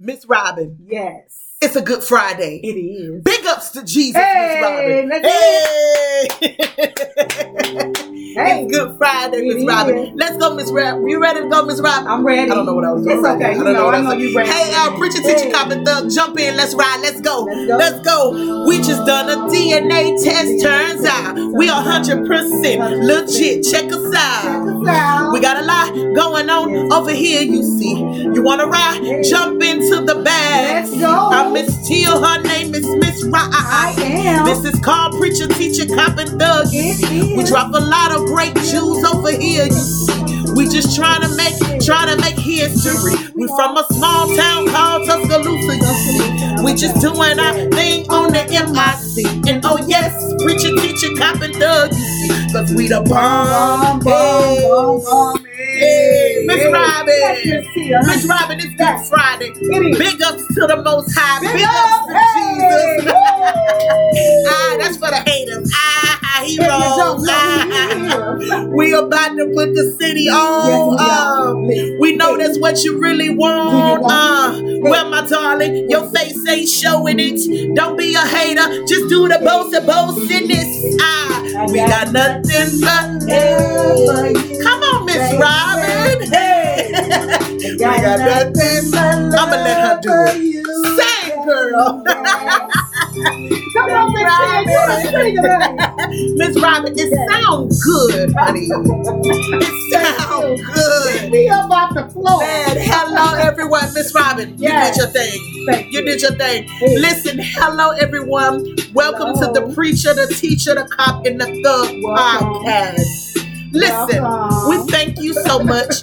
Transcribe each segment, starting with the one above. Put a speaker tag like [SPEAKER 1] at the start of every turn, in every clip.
[SPEAKER 1] Miss Robin,
[SPEAKER 2] Yes.
[SPEAKER 1] it's a good Friday.
[SPEAKER 2] It is.
[SPEAKER 1] Big ups to Jesus,
[SPEAKER 2] Hey,
[SPEAKER 1] Miss
[SPEAKER 2] let's
[SPEAKER 1] Robin. Hey!
[SPEAKER 2] Hey,
[SPEAKER 1] It's Good Friday, Miss
[SPEAKER 2] It
[SPEAKER 1] Robin.
[SPEAKER 2] is.
[SPEAKER 1] Let's go, Miss Rob. You ready to go, Miss Robin?
[SPEAKER 2] I'm ready.
[SPEAKER 1] I don't know what I was doing.
[SPEAKER 2] It's
[SPEAKER 1] right
[SPEAKER 2] okay.
[SPEAKER 1] there.
[SPEAKER 2] You
[SPEAKER 1] I don't
[SPEAKER 2] know,
[SPEAKER 1] what
[SPEAKER 2] I know
[SPEAKER 1] was-
[SPEAKER 2] you ready.
[SPEAKER 1] Hey, uh, preacher, teacher,
[SPEAKER 2] Hey.
[SPEAKER 1] cop, and thug, jump in. Let's ride. Let's go.
[SPEAKER 2] Let's go.
[SPEAKER 1] Let's go. We just done a DNA test. Turns out we are 100% legit. Check us out.
[SPEAKER 2] Check us out.
[SPEAKER 1] We got a lot going on over here, you see. You want to ride? Jump into the bag.
[SPEAKER 2] Let's go.
[SPEAKER 1] I'm Miss Teal. Her name is Miss Rye.
[SPEAKER 2] I am.
[SPEAKER 1] This is called Preacher, Teacher, Cop, and Thug.
[SPEAKER 2] It is.
[SPEAKER 1] We drop a lot of great jewels over here. You see, we just trying to make, trying to make history. We from a small town called Tuscaloosa. You see, we just doing our thing on the MIC. And oh yes, preacher, teacher, cop, and thug. You see, cause we the bomb.
[SPEAKER 2] Bum, bum, bum, bum.
[SPEAKER 1] Hey, Miss
[SPEAKER 2] Hey.
[SPEAKER 1] Robin.
[SPEAKER 2] Yes, Miss Tia.
[SPEAKER 1] Miss Robin, it's Good
[SPEAKER 2] Yes.
[SPEAKER 1] Friday.
[SPEAKER 2] It is.
[SPEAKER 1] Big ups to the Most High. Big,
[SPEAKER 2] Big
[SPEAKER 1] ups, to
[SPEAKER 2] up.
[SPEAKER 1] Jesus. Ah, that's for the haters. Ah, ah, he
[SPEAKER 2] Hey.
[SPEAKER 1] wrong. Ah, ah, ah. We about to put the city on. um, we know that's what you really want.
[SPEAKER 2] Do you want-
[SPEAKER 1] Uh, well, my darling, your face ain't showing it. Don't be a hater. Just do the boast of boastiness. Ah, we got nothing but heaven. Come on, Miss Robin. Hey, we got nothing but
[SPEAKER 2] I'm
[SPEAKER 1] I'ma let her do it.
[SPEAKER 2] it.
[SPEAKER 1] Sing, girl.
[SPEAKER 2] Come on, Miss Tia, you the singer.
[SPEAKER 1] Miss Robin, it sounds good, honey. It sounds good.
[SPEAKER 2] We up off the floor.
[SPEAKER 1] Man, hello everyone. Miss Robin,
[SPEAKER 2] Oh. Yes.
[SPEAKER 1] you did your thing.
[SPEAKER 2] Thank
[SPEAKER 1] You did your thing.
[SPEAKER 2] Hey.
[SPEAKER 1] Listen, hello everyone. Welcome to
[SPEAKER 2] Hello.
[SPEAKER 1] the preacher, the teacher, the cop, and the thug
[SPEAKER 2] Welcome.
[SPEAKER 1] podcast. Listen,
[SPEAKER 2] Welcome.
[SPEAKER 1] we thank you so much.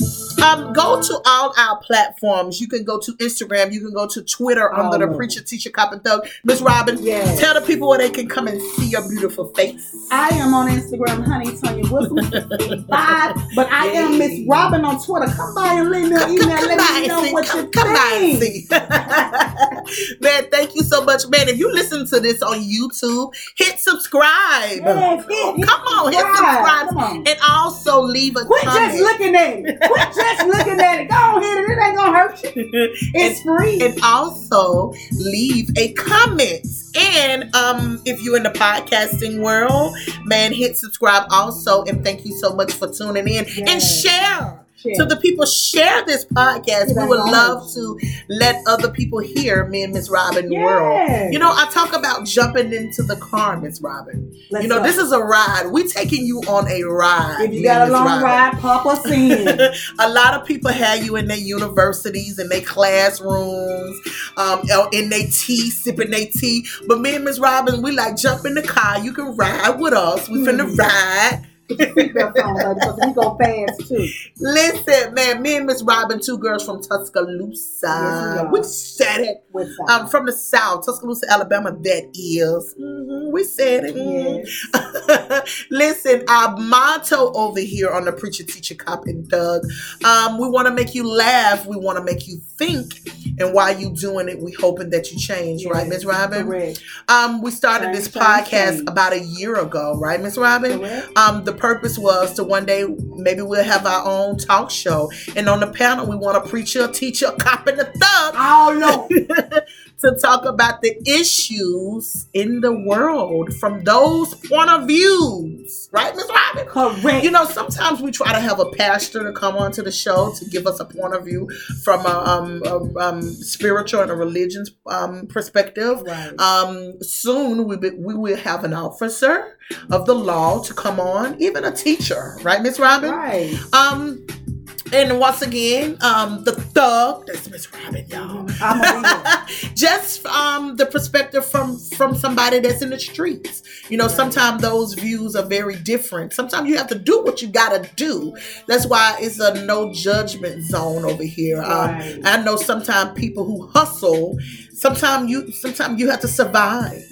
[SPEAKER 1] Um, go to all our platforms. You can go to Instagram. You can go to Twitter under the
[SPEAKER 2] Oh.
[SPEAKER 1] preacher, teacher, cop, and thug. Miss Robin,
[SPEAKER 2] Yes.
[SPEAKER 1] tell the people where they can come and see your beautiful face.
[SPEAKER 2] I am on Instagram, honey Tonya Wilson, 65, but I am Miss Robin on Twitter. Come by and leave me an
[SPEAKER 1] Come,
[SPEAKER 2] email.
[SPEAKER 1] come, come
[SPEAKER 2] Let
[SPEAKER 1] by
[SPEAKER 2] me
[SPEAKER 1] and
[SPEAKER 2] know
[SPEAKER 1] see.
[SPEAKER 2] what
[SPEAKER 1] Come,
[SPEAKER 2] you
[SPEAKER 1] come by and
[SPEAKER 2] think.
[SPEAKER 1] see. Man, thank you so much. Man, if you listen to this on YouTube, hit subscribe.
[SPEAKER 2] Yes, hit- hit
[SPEAKER 1] Come on, hit
[SPEAKER 2] subscribe.
[SPEAKER 1] subscribe.
[SPEAKER 2] Come on.
[SPEAKER 1] And also leave a
[SPEAKER 2] Quit just
[SPEAKER 1] comment.
[SPEAKER 2] looking at it. Quit just looking at it. Go on, hit it. It ain't gonna hurt you. It's free.
[SPEAKER 1] and also leave a comment. And um, if you're in the podcasting world, man, hit subscribe also. And thank you so much for tuning in and
[SPEAKER 2] Yes.
[SPEAKER 1] share.
[SPEAKER 2] Share.
[SPEAKER 1] to the people share this podcast. We
[SPEAKER 2] Yes.
[SPEAKER 1] would love to let other people hear me and Miss Robin
[SPEAKER 2] Yes.
[SPEAKER 1] world. You know, I talk about jumping into the car, Miss Robin.
[SPEAKER 2] Let's
[SPEAKER 1] you know,
[SPEAKER 2] go.
[SPEAKER 1] this is a ride. We're taking you on a ride.
[SPEAKER 2] If you
[SPEAKER 1] me and
[SPEAKER 2] got a
[SPEAKER 1] Miss
[SPEAKER 2] long
[SPEAKER 1] Robin.
[SPEAKER 2] ride, pop us in.
[SPEAKER 1] a lot of people have you in their universities and their classrooms, um, or in their tea, sipping their tea. But me and Miss Robin, we like jump in the car. You can ride with us. We finna
[SPEAKER 2] Hmm.
[SPEAKER 1] ride.
[SPEAKER 2] Seatbelt on, baby, 'cause we go fast too.
[SPEAKER 1] Listen, man, me and Miss Robin, two girls from
[SPEAKER 2] Yes,
[SPEAKER 1] Tuscaloosa.
[SPEAKER 2] we are.
[SPEAKER 1] we said it.
[SPEAKER 2] With that.
[SPEAKER 1] Um, from the South, Tuscaloosa, Alabama, that is. Mhm, we said it. Mhm.
[SPEAKER 2] Mm-hmm. Yes.
[SPEAKER 1] Listen, our motto over here on the Preacher, Teacher, Cop, and Doug, um, we want to make you laugh. We want to make you think. And while you doing it, we hoping that you change, right,
[SPEAKER 2] Yes,
[SPEAKER 1] Miss Robin?
[SPEAKER 2] Correct.
[SPEAKER 1] Um, we started this
[SPEAKER 2] Change, change,
[SPEAKER 1] podcast
[SPEAKER 2] change.
[SPEAKER 1] about a year ago, right, Miss Robin?
[SPEAKER 2] Correct.
[SPEAKER 1] Um, the purpose was to one day maybe we'll have our own talk show, and on the panel we want a preacher, a teacher, a cop, and a thug
[SPEAKER 2] All over.
[SPEAKER 1] to talk about the issues in the world from those point of views, right, Miss Robin?
[SPEAKER 2] Correct.
[SPEAKER 1] You know, sometimes we try to have a pastor to come onto the show to give us a point of view from a, um, a um, spiritual and a religious um, perspective.
[SPEAKER 2] right.
[SPEAKER 1] Um, soon we be, we will have an officer of the law to come on, even a teacher, right, Miss Robin?
[SPEAKER 2] right.
[SPEAKER 1] Um, and once again, um, the thug that's Miss Robin, y'all.
[SPEAKER 2] I'm a
[SPEAKER 1] Just um the perspective from from somebody that's in the streets. You know,
[SPEAKER 2] Right.
[SPEAKER 1] sometimes those views are very different. Sometimes you have to do what you gotta do. That's why it's a no judgment zone over here. Um,
[SPEAKER 2] Right.
[SPEAKER 1] I know sometimes people who hustle, sometimes you sometimes you have to survive.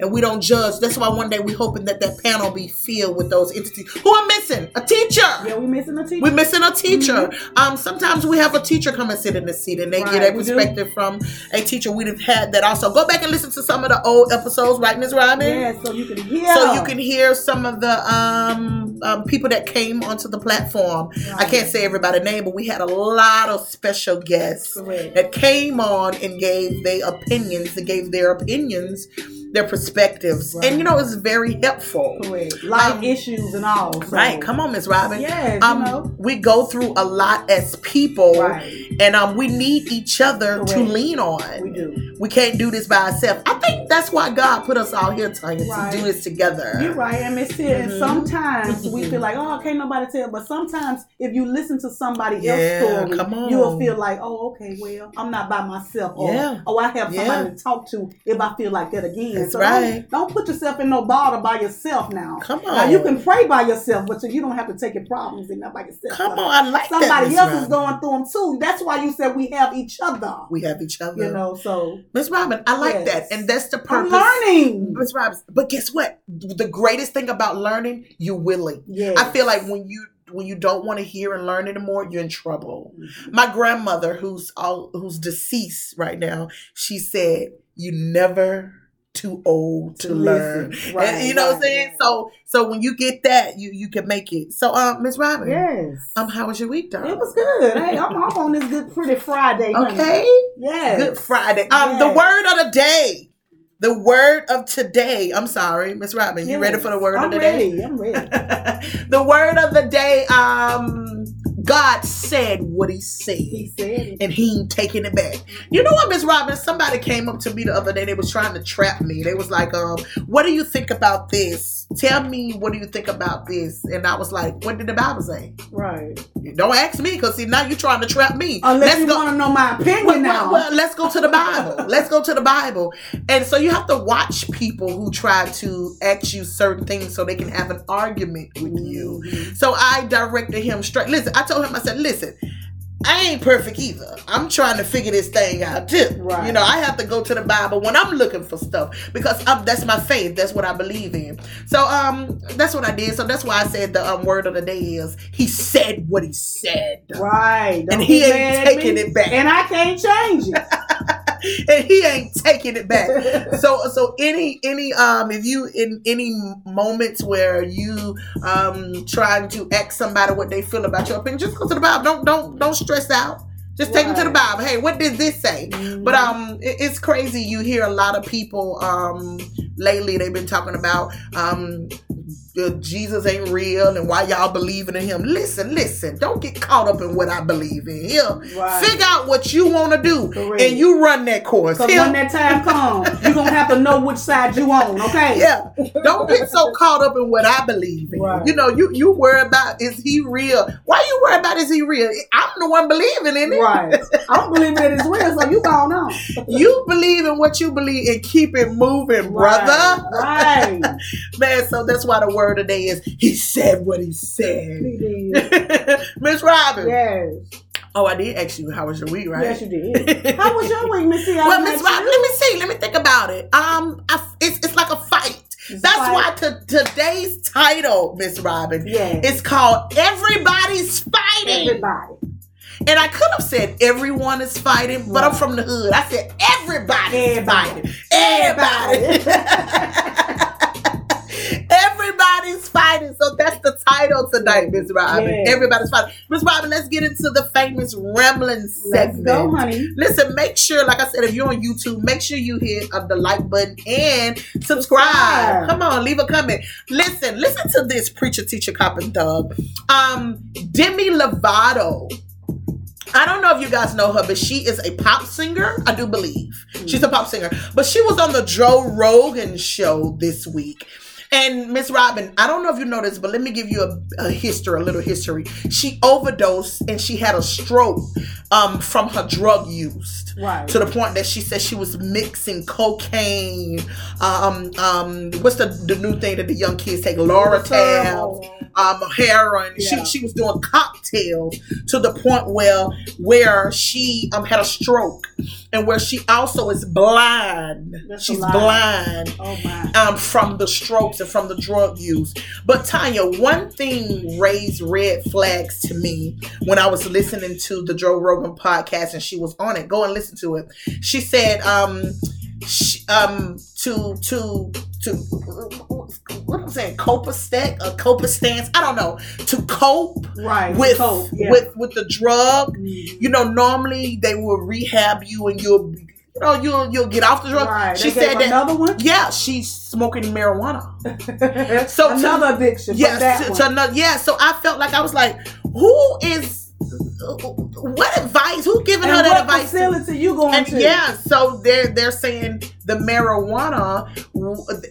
[SPEAKER 1] And we don't judge. That's why one day we hoping that that panel be filled with those entities. Who are missing? A teacher.
[SPEAKER 2] yeah, we missing a teacher.
[SPEAKER 1] We're missing a teacher. Um, sometimes we have a teacher come and sit in the seat and they
[SPEAKER 2] Right,
[SPEAKER 1] get a
[SPEAKER 2] we do.
[SPEAKER 1] perspective from a teacher. We'd have had that also. Go back and listen to some of the old episodes, right, Ms. Robin?
[SPEAKER 2] Yeah, so you can hear.
[SPEAKER 1] So you can hear some of the um um, um, people that came onto the platform. I can't say everybody's name, but we had a lot of special guests
[SPEAKER 2] Correct.
[SPEAKER 1] that came on and gave their opinions. They gave their opinions, their perspectives, and you know it's very helpful.
[SPEAKER 2] Correct. Life
[SPEAKER 1] Um,
[SPEAKER 2] issues and all. so-
[SPEAKER 1] Right, come on, Miss Robin.
[SPEAKER 2] Yes, you
[SPEAKER 1] um,
[SPEAKER 2] know.
[SPEAKER 1] we go through a lot as people,
[SPEAKER 2] Right.
[SPEAKER 1] and um, we need each other to
[SPEAKER 2] Correct.
[SPEAKER 1] lean on.
[SPEAKER 2] We do.
[SPEAKER 1] We can't do this by ourselves. I think that's why God put us all here, Tanya,
[SPEAKER 2] Right.
[SPEAKER 1] to do this together.
[SPEAKER 2] You're right, and it's still, and
[SPEAKER 1] Mhm.
[SPEAKER 2] sometimes we
[SPEAKER 1] Mm-hmm.
[SPEAKER 2] feel like, oh, can't nobody tell. But sometimes if you listen to somebody
[SPEAKER 1] Yeah,
[SPEAKER 2] else's
[SPEAKER 1] come
[SPEAKER 2] story,
[SPEAKER 1] on.
[SPEAKER 2] you will feel like, oh, okay, well, I'm not by myself. Or,
[SPEAKER 1] Yeah.
[SPEAKER 2] Oh, I have somebody
[SPEAKER 1] Yeah.
[SPEAKER 2] to talk to if I feel like that again.
[SPEAKER 1] That's
[SPEAKER 2] so don't-
[SPEAKER 1] right.
[SPEAKER 2] don't, put yourself in no bother by yourself now.
[SPEAKER 1] Come
[SPEAKER 2] Now
[SPEAKER 1] on,
[SPEAKER 2] you can pray by yourself, but you don't have to take your problems and not by yourself.
[SPEAKER 1] Come
[SPEAKER 2] So
[SPEAKER 1] on, I like that,
[SPEAKER 2] Somebody
[SPEAKER 1] Miss
[SPEAKER 2] else is
[SPEAKER 1] Robin.
[SPEAKER 2] going through them too. That's why you said we have each other.
[SPEAKER 1] We have each
[SPEAKER 2] You
[SPEAKER 1] other,
[SPEAKER 2] know, so
[SPEAKER 1] Miss Robin. I like
[SPEAKER 2] Yes.
[SPEAKER 1] that, and that's the
[SPEAKER 2] I'm
[SPEAKER 1] purpose.
[SPEAKER 2] learning.
[SPEAKER 1] Miss Robin, but guess what? The greatest thing about learning, you're willing.
[SPEAKER 2] Yeah,
[SPEAKER 1] I feel like when you when you don't want to hear and learn anymore, you're in trouble.
[SPEAKER 2] Mm-hmm.
[SPEAKER 1] My grandmother, who's all who's deceased right now, she said, "You never too old to, learn."
[SPEAKER 2] Listen.
[SPEAKER 1] And you know what I'm saying?
[SPEAKER 2] right.
[SPEAKER 1] So so when you get that, you you can make it. So um, Miss Robin,
[SPEAKER 2] yes,
[SPEAKER 1] um, how was your week, darling?
[SPEAKER 2] it was good. Hey, I'm, I'm on this good, pretty Friday. honey.
[SPEAKER 1] okay.
[SPEAKER 2] yes,
[SPEAKER 1] Good Friday. Um, the
[SPEAKER 2] Yes.
[SPEAKER 1] word of the day. The word of today. I'm sorry, Miss Robin. You ready
[SPEAKER 2] Yes.
[SPEAKER 1] for the word
[SPEAKER 2] I'm
[SPEAKER 1] of the day?
[SPEAKER 2] ready. I'm ready.
[SPEAKER 1] the word of the day. Um, God said what He
[SPEAKER 2] He
[SPEAKER 1] said,
[SPEAKER 2] said it.
[SPEAKER 1] and He ain't taking it back. You know what, Miss Robin? Somebody came up to me the other day. They was trying to trap me. They was like, "Um, what do you think about this? Tell me what do you think about this?" And I was like, "What did the Bible say?
[SPEAKER 2] right.
[SPEAKER 1] Don't ask me, cause see now you trying to trap me.
[SPEAKER 2] Unless
[SPEAKER 1] Let's
[SPEAKER 2] you
[SPEAKER 1] go."
[SPEAKER 2] want to know my opinion
[SPEAKER 1] Well,
[SPEAKER 2] now.
[SPEAKER 1] well, well, let's go to the Bible. let's go to the Bible. And so you have to watch people who try to ask you certain things so they can have an argument with you.
[SPEAKER 2] Mhm.
[SPEAKER 1] So I directed him straight. Listen, I told him, I said, listen, I ain't perfect either. I'm trying to figure this thing out too.
[SPEAKER 2] Right.
[SPEAKER 1] You know, I have to go to the Bible when I'm looking for stuff because um, that's my faith. That's what I believe in. So um, that's what I did. So that's why I said the um, word of the day is he said what he said.
[SPEAKER 2] Right. Don't
[SPEAKER 1] And he
[SPEAKER 2] be
[SPEAKER 1] ain't
[SPEAKER 2] mad at
[SPEAKER 1] taking
[SPEAKER 2] me.
[SPEAKER 1] it back.
[SPEAKER 2] And I can't change it.
[SPEAKER 1] and he ain't taking it back. So so any any um if you in any moments where you um trying to ask somebody what they feel about your opinion, just go to the Bible. Don't don't don't stress out. Just take them to the
[SPEAKER 2] Right.
[SPEAKER 1] Bible. Hey, what did this say? But um, it, it's crazy. You hear a lot of people um lately. They've been talking about um uh, Jesus ain't real and why y'all believing in him. Listen, listen. Don't get caught up in what I believe in. Here,
[SPEAKER 2] Right.
[SPEAKER 1] figure out what you want to do,
[SPEAKER 2] Correct.
[SPEAKER 1] and you run that course.
[SPEAKER 2] Because
[SPEAKER 1] Here-
[SPEAKER 2] when that time comes, you're going to have to know which side you on, okay?
[SPEAKER 1] yeah. Don't get so caught up in what I believe in.
[SPEAKER 2] Right.
[SPEAKER 1] You know, you you worry about is he real? Why you worry about is he real? I'm the one believing in it.
[SPEAKER 2] Right. I don't believe that it's real, so you gone on.
[SPEAKER 1] You believe in what you believe and keep it moving, brother.
[SPEAKER 2] Right. right.
[SPEAKER 1] Man, so that's why the word today is he said what he said.
[SPEAKER 2] You did.
[SPEAKER 1] Miss Robin.
[SPEAKER 2] Yes.
[SPEAKER 1] Oh, I did ask you how was your week, right?
[SPEAKER 2] Yes, you did. How was your week, Missy? I
[SPEAKER 1] well,
[SPEAKER 2] met
[SPEAKER 1] Miss Robin,
[SPEAKER 2] you.
[SPEAKER 1] let me see. Let me think about it. Um, I, it's it's like a fight.
[SPEAKER 2] It's
[SPEAKER 1] That's
[SPEAKER 2] like-
[SPEAKER 1] why t- today's title, Miss Robin,
[SPEAKER 2] Yes.
[SPEAKER 1] It's called Everybody's Fighting.
[SPEAKER 2] everybody.
[SPEAKER 1] And I could have said everyone is fighting, but I'm from the hood. I said everybody's
[SPEAKER 2] Everybody.
[SPEAKER 1] fighting. Everybody. Everybody's fighting. So that's the title tonight, Miss Robin.
[SPEAKER 2] Yes.
[SPEAKER 1] Everybody's fighting. Miss Robin, let's get into the famous rambling
[SPEAKER 2] Let's
[SPEAKER 1] segment.
[SPEAKER 2] go, honey.
[SPEAKER 1] Listen, make sure, like I said, if you're on YouTube, make sure you hit uh, the like button and subscribe.
[SPEAKER 2] Subscribe.
[SPEAKER 1] Come on, leave a comment. Listen, listen to this preacher, teacher, cop, and thug. Um, Demi Lovato. I don't know if you guys know her, but she is a pop singer. I do believe she's a pop singer. But she was on the Joe Rogan show this week. And Miss Robin, I don't know if you know this, but let me give you a, a history, a little history. She overdosed and she had a stroke um, from her drug use
[SPEAKER 2] Right.
[SPEAKER 1] to the point that she said she was mixing cocaine. Um, um, what's the, the new thing that the young kids take? Laura Tabs, um, heroin.
[SPEAKER 2] Yeah.
[SPEAKER 1] She she was doing cocktails to the point where where she um had a stroke and where she also is blind.
[SPEAKER 2] That's a
[SPEAKER 1] She's
[SPEAKER 2] lie.
[SPEAKER 1] blind
[SPEAKER 2] Oh my.
[SPEAKER 1] um, from the strokes and from the drug use. But Tanya, one thing raised red flags to me when I was listening to the Joe Rogan podcast and she was on it. Go and listen to it. She said, um, she, um, to to to what saying copacetic or copastance. I don't know to cope
[SPEAKER 2] Right.
[SPEAKER 1] with
[SPEAKER 2] Coke, yeah.
[SPEAKER 1] with with the drug.
[SPEAKER 2] Mhm.
[SPEAKER 1] You know, normally they will rehab you and you'll you know you'll you'll get off the drug.
[SPEAKER 2] Right.
[SPEAKER 1] She
[SPEAKER 2] They gave
[SPEAKER 1] said that
[SPEAKER 2] another one.
[SPEAKER 1] yeah, she's smoking marijuana. So
[SPEAKER 2] So
[SPEAKER 1] to-
[SPEAKER 2] another addiction. Yes.
[SPEAKER 1] Yes,
[SPEAKER 2] That
[SPEAKER 1] to,
[SPEAKER 2] one.
[SPEAKER 1] to another. Yeah, so I felt like I was like, who is what advice? Who giving
[SPEAKER 2] and
[SPEAKER 1] her
[SPEAKER 2] what
[SPEAKER 1] that advice? to?
[SPEAKER 2] facility you going
[SPEAKER 1] and
[SPEAKER 2] to?
[SPEAKER 1] yeah, so they're they're saying the marijuana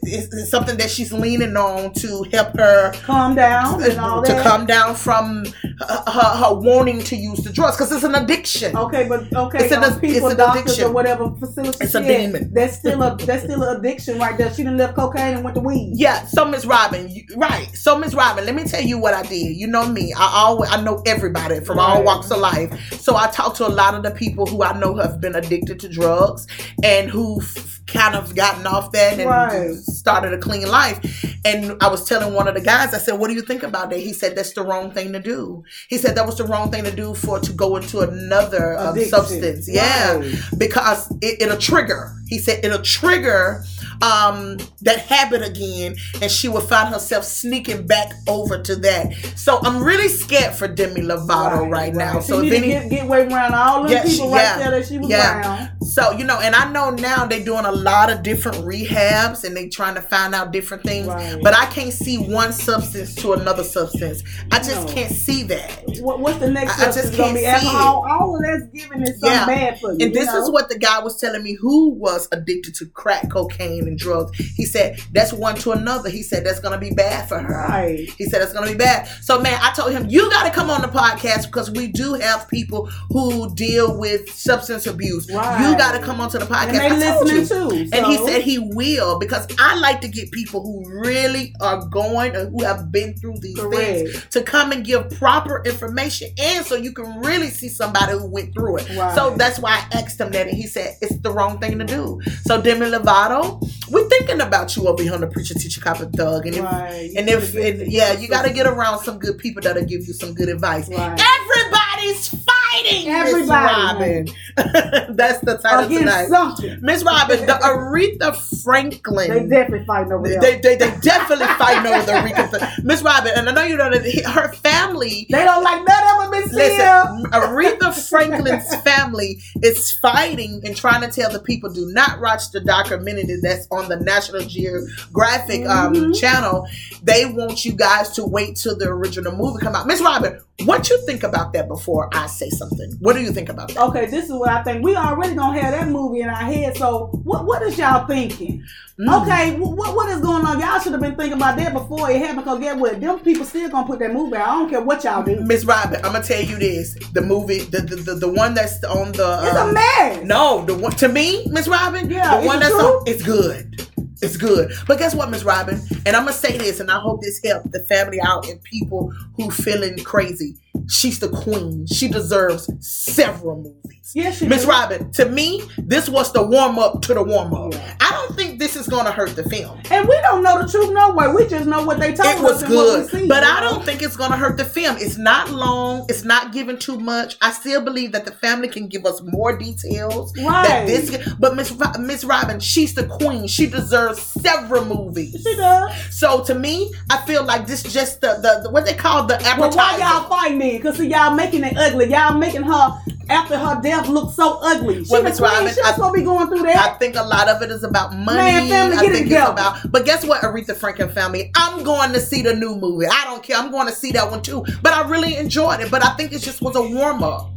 [SPEAKER 1] is, is something that she's leaning on to help her
[SPEAKER 2] Calm down and all
[SPEAKER 1] to
[SPEAKER 2] that.
[SPEAKER 1] come down from her, her, her wanting to use the drugs because it's an addiction.
[SPEAKER 2] Okay, but okay,
[SPEAKER 1] It's an-
[SPEAKER 2] those people,
[SPEAKER 1] it's an
[SPEAKER 2] doctors
[SPEAKER 1] addiction.
[SPEAKER 2] or whatever facility.
[SPEAKER 1] It's a
[SPEAKER 2] she in,
[SPEAKER 1] demon.
[SPEAKER 2] That's still a that's still an addiction right there. She done left cocaine and went to weed.
[SPEAKER 1] Yeah, so Miss Robin, you, right? So Miss Robin, let me tell you what I did. You know me. I always I know everybody from all
[SPEAKER 2] Right.
[SPEAKER 1] walks of life. So I talked to a lot of the people who I know have been addicted to drugs and who f- kind of gotten off that and
[SPEAKER 2] Right.
[SPEAKER 1] started a clean life. And I was telling one of the guys, I said, "What do you think about that?" He said, "That's the wrong thing to do." He said that was the wrong thing to do for to go into another um,
[SPEAKER 2] Addiction.
[SPEAKER 1] substance. Yeah
[SPEAKER 2] Right.
[SPEAKER 1] because it, it'll trigger. He said it'll trigger um, that habit again, and she will find herself sneaking back over to that. So I'm really scared for Demi Lovato right, now.
[SPEAKER 2] She
[SPEAKER 1] So if
[SPEAKER 2] need to
[SPEAKER 1] any,
[SPEAKER 2] get, get way around all the
[SPEAKER 1] Yeah,
[SPEAKER 2] people
[SPEAKER 1] she-
[SPEAKER 2] right
[SPEAKER 1] yeah.
[SPEAKER 2] there that she was
[SPEAKER 1] Yeah.
[SPEAKER 2] around.
[SPEAKER 1] so you know, and I know now they're doing a lot of different rehabs, and they trying to find out different things.
[SPEAKER 2] Right.
[SPEAKER 1] But I can't see one substance to another substance. I just
[SPEAKER 2] No.
[SPEAKER 1] can't see that.
[SPEAKER 2] What, what's the next?
[SPEAKER 1] I- I
[SPEAKER 2] step?
[SPEAKER 1] just
[SPEAKER 2] It's gonna
[SPEAKER 1] can't
[SPEAKER 2] be
[SPEAKER 1] see
[SPEAKER 2] alcohol. All of that's giving is something
[SPEAKER 1] Yeah.
[SPEAKER 2] bad for you.
[SPEAKER 1] And
[SPEAKER 2] you
[SPEAKER 1] this
[SPEAKER 2] know?
[SPEAKER 1] is what the guy was telling me who was addicted to crack, cocaine, and drugs. He said, that's one to another. He said, that's going to be bad for her.
[SPEAKER 2] Right.
[SPEAKER 1] He said, that's going to be bad. So, man, I told him, you got to come on the podcast because we do have people who deal with substance abuse.
[SPEAKER 2] Right.
[SPEAKER 1] You got to come onto the podcast.
[SPEAKER 2] And they
[SPEAKER 1] I told
[SPEAKER 2] listening
[SPEAKER 1] you.
[SPEAKER 2] too.
[SPEAKER 1] And he
[SPEAKER 2] so-
[SPEAKER 1] said he will because I like to get people who really are going or who have been through these things
[SPEAKER 2] correct.
[SPEAKER 1] to come and give proper information and so you can really see somebody who went through it.
[SPEAKER 2] Right.
[SPEAKER 1] So that's why I asked him that and he said it's the wrong thing to do. So Demi Lovato, we're thinking about you over here on the Preacher Teacher Cop and Thug and
[SPEAKER 2] Right.
[SPEAKER 1] if, and if and, yeah, you got to get around some good people that'll give you some good advice.
[SPEAKER 2] Right.
[SPEAKER 1] Everybody's fighting. Miss
[SPEAKER 2] Everybody.
[SPEAKER 1] Robin. that's the title
[SPEAKER 2] Against
[SPEAKER 1] tonight.
[SPEAKER 2] something.
[SPEAKER 1] Miss Robin, the Aretha
[SPEAKER 2] They
[SPEAKER 1] Franklin
[SPEAKER 2] definitely fighting over there.
[SPEAKER 1] they, they, they definitely fight over the Aretha. Miss Robin, and I know you know that he- her family.
[SPEAKER 2] They don't like none of them. Miss
[SPEAKER 1] Listen,
[SPEAKER 2] Hill.
[SPEAKER 1] Aretha Franklin's family is fighting and trying to tell the people do not watch the documentary that's on the National Geographic um,
[SPEAKER 2] Mhm.
[SPEAKER 1] channel. They want you guys to wait till the original movie come out. Miss Robin, what you think about that before I say something? What do you think about that?
[SPEAKER 2] Okay, this is what I think. We already gonna have that movie in our head. So what what is y'all thinking?
[SPEAKER 1] Mm.
[SPEAKER 2] Okay, wh- what what is going on? Y'all should have been thinking about that before it happened. Cause get what? Them people still gonna put that movie out. I don't care what y'all do.
[SPEAKER 1] Miss Robin, I'm gonna tell you this: the movie, the the, the, the one that's on the
[SPEAKER 2] It's
[SPEAKER 1] um,
[SPEAKER 2] a mess.
[SPEAKER 1] No, the one to me, Miss Robin.
[SPEAKER 2] Yeah,
[SPEAKER 1] the one
[SPEAKER 2] is it
[SPEAKER 1] that's
[SPEAKER 2] true?
[SPEAKER 1] on, it's good. It's good. But guess what, Miss Robin? And I'm gonna say this, and I hope this helped the family out and people who feeling crazy. She's the queen. She deserves several movies.
[SPEAKER 2] Yes, you
[SPEAKER 1] Miss
[SPEAKER 2] do.
[SPEAKER 1] Robin, to me, this was the warm up to the warm up.
[SPEAKER 2] Yeah.
[SPEAKER 1] I don't think this is gonna hurt the film.
[SPEAKER 2] And we don't know the truth no way. We just know what they told
[SPEAKER 1] It was
[SPEAKER 2] us and what we
[SPEAKER 1] good,
[SPEAKER 2] seen,
[SPEAKER 1] but
[SPEAKER 2] you
[SPEAKER 1] I
[SPEAKER 2] know?
[SPEAKER 1] don't think it's gonna hurt the film. It's not long. It's not giving too much. I still believe that the family can give us more details. that
[SPEAKER 2] Right.
[SPEAKER 1] this but miss Ro- miss robin she's the queen she deserves several movies
[SPEAKER 2] She does.
[SPEAKER 1] so to me i feel like this just the the, the- what they call the
[SPEAKER 2] Well, why
[SPEAKER 1] appetizer
[SPEAKER 2] y'all fighting then? Cause see, y'all making it ugly. Y'all making her after her death look so ugly. She
[SPEAKER 1] Well,
[SPEAKER 2] the
[SPEAKER 1] Miss
[SPEAKER 2] queen.
[SPEAKER 1] Robin,
[SPEAKER 2] She
[SPEAKER 1] I-
[SPEAKER 2] not supposed to be going through
[SPEAKER 1] I
[SPEAKER 2] that.
[SPEAKER 1] think a lot of it is about money.
[SPEAKER 2] Man, family,
[SPEAKER 1] I
[SPEAKER 2] get it
[SPEAKER 1] think it's
[SPEAKER 2] together.
[SPEAKER 1] about, but guess what, Aretha Franklin family? I'm going to see the new movie. I don't care. I'm going to see that one too. But I really enjoyed it. But I think it just was a warm up.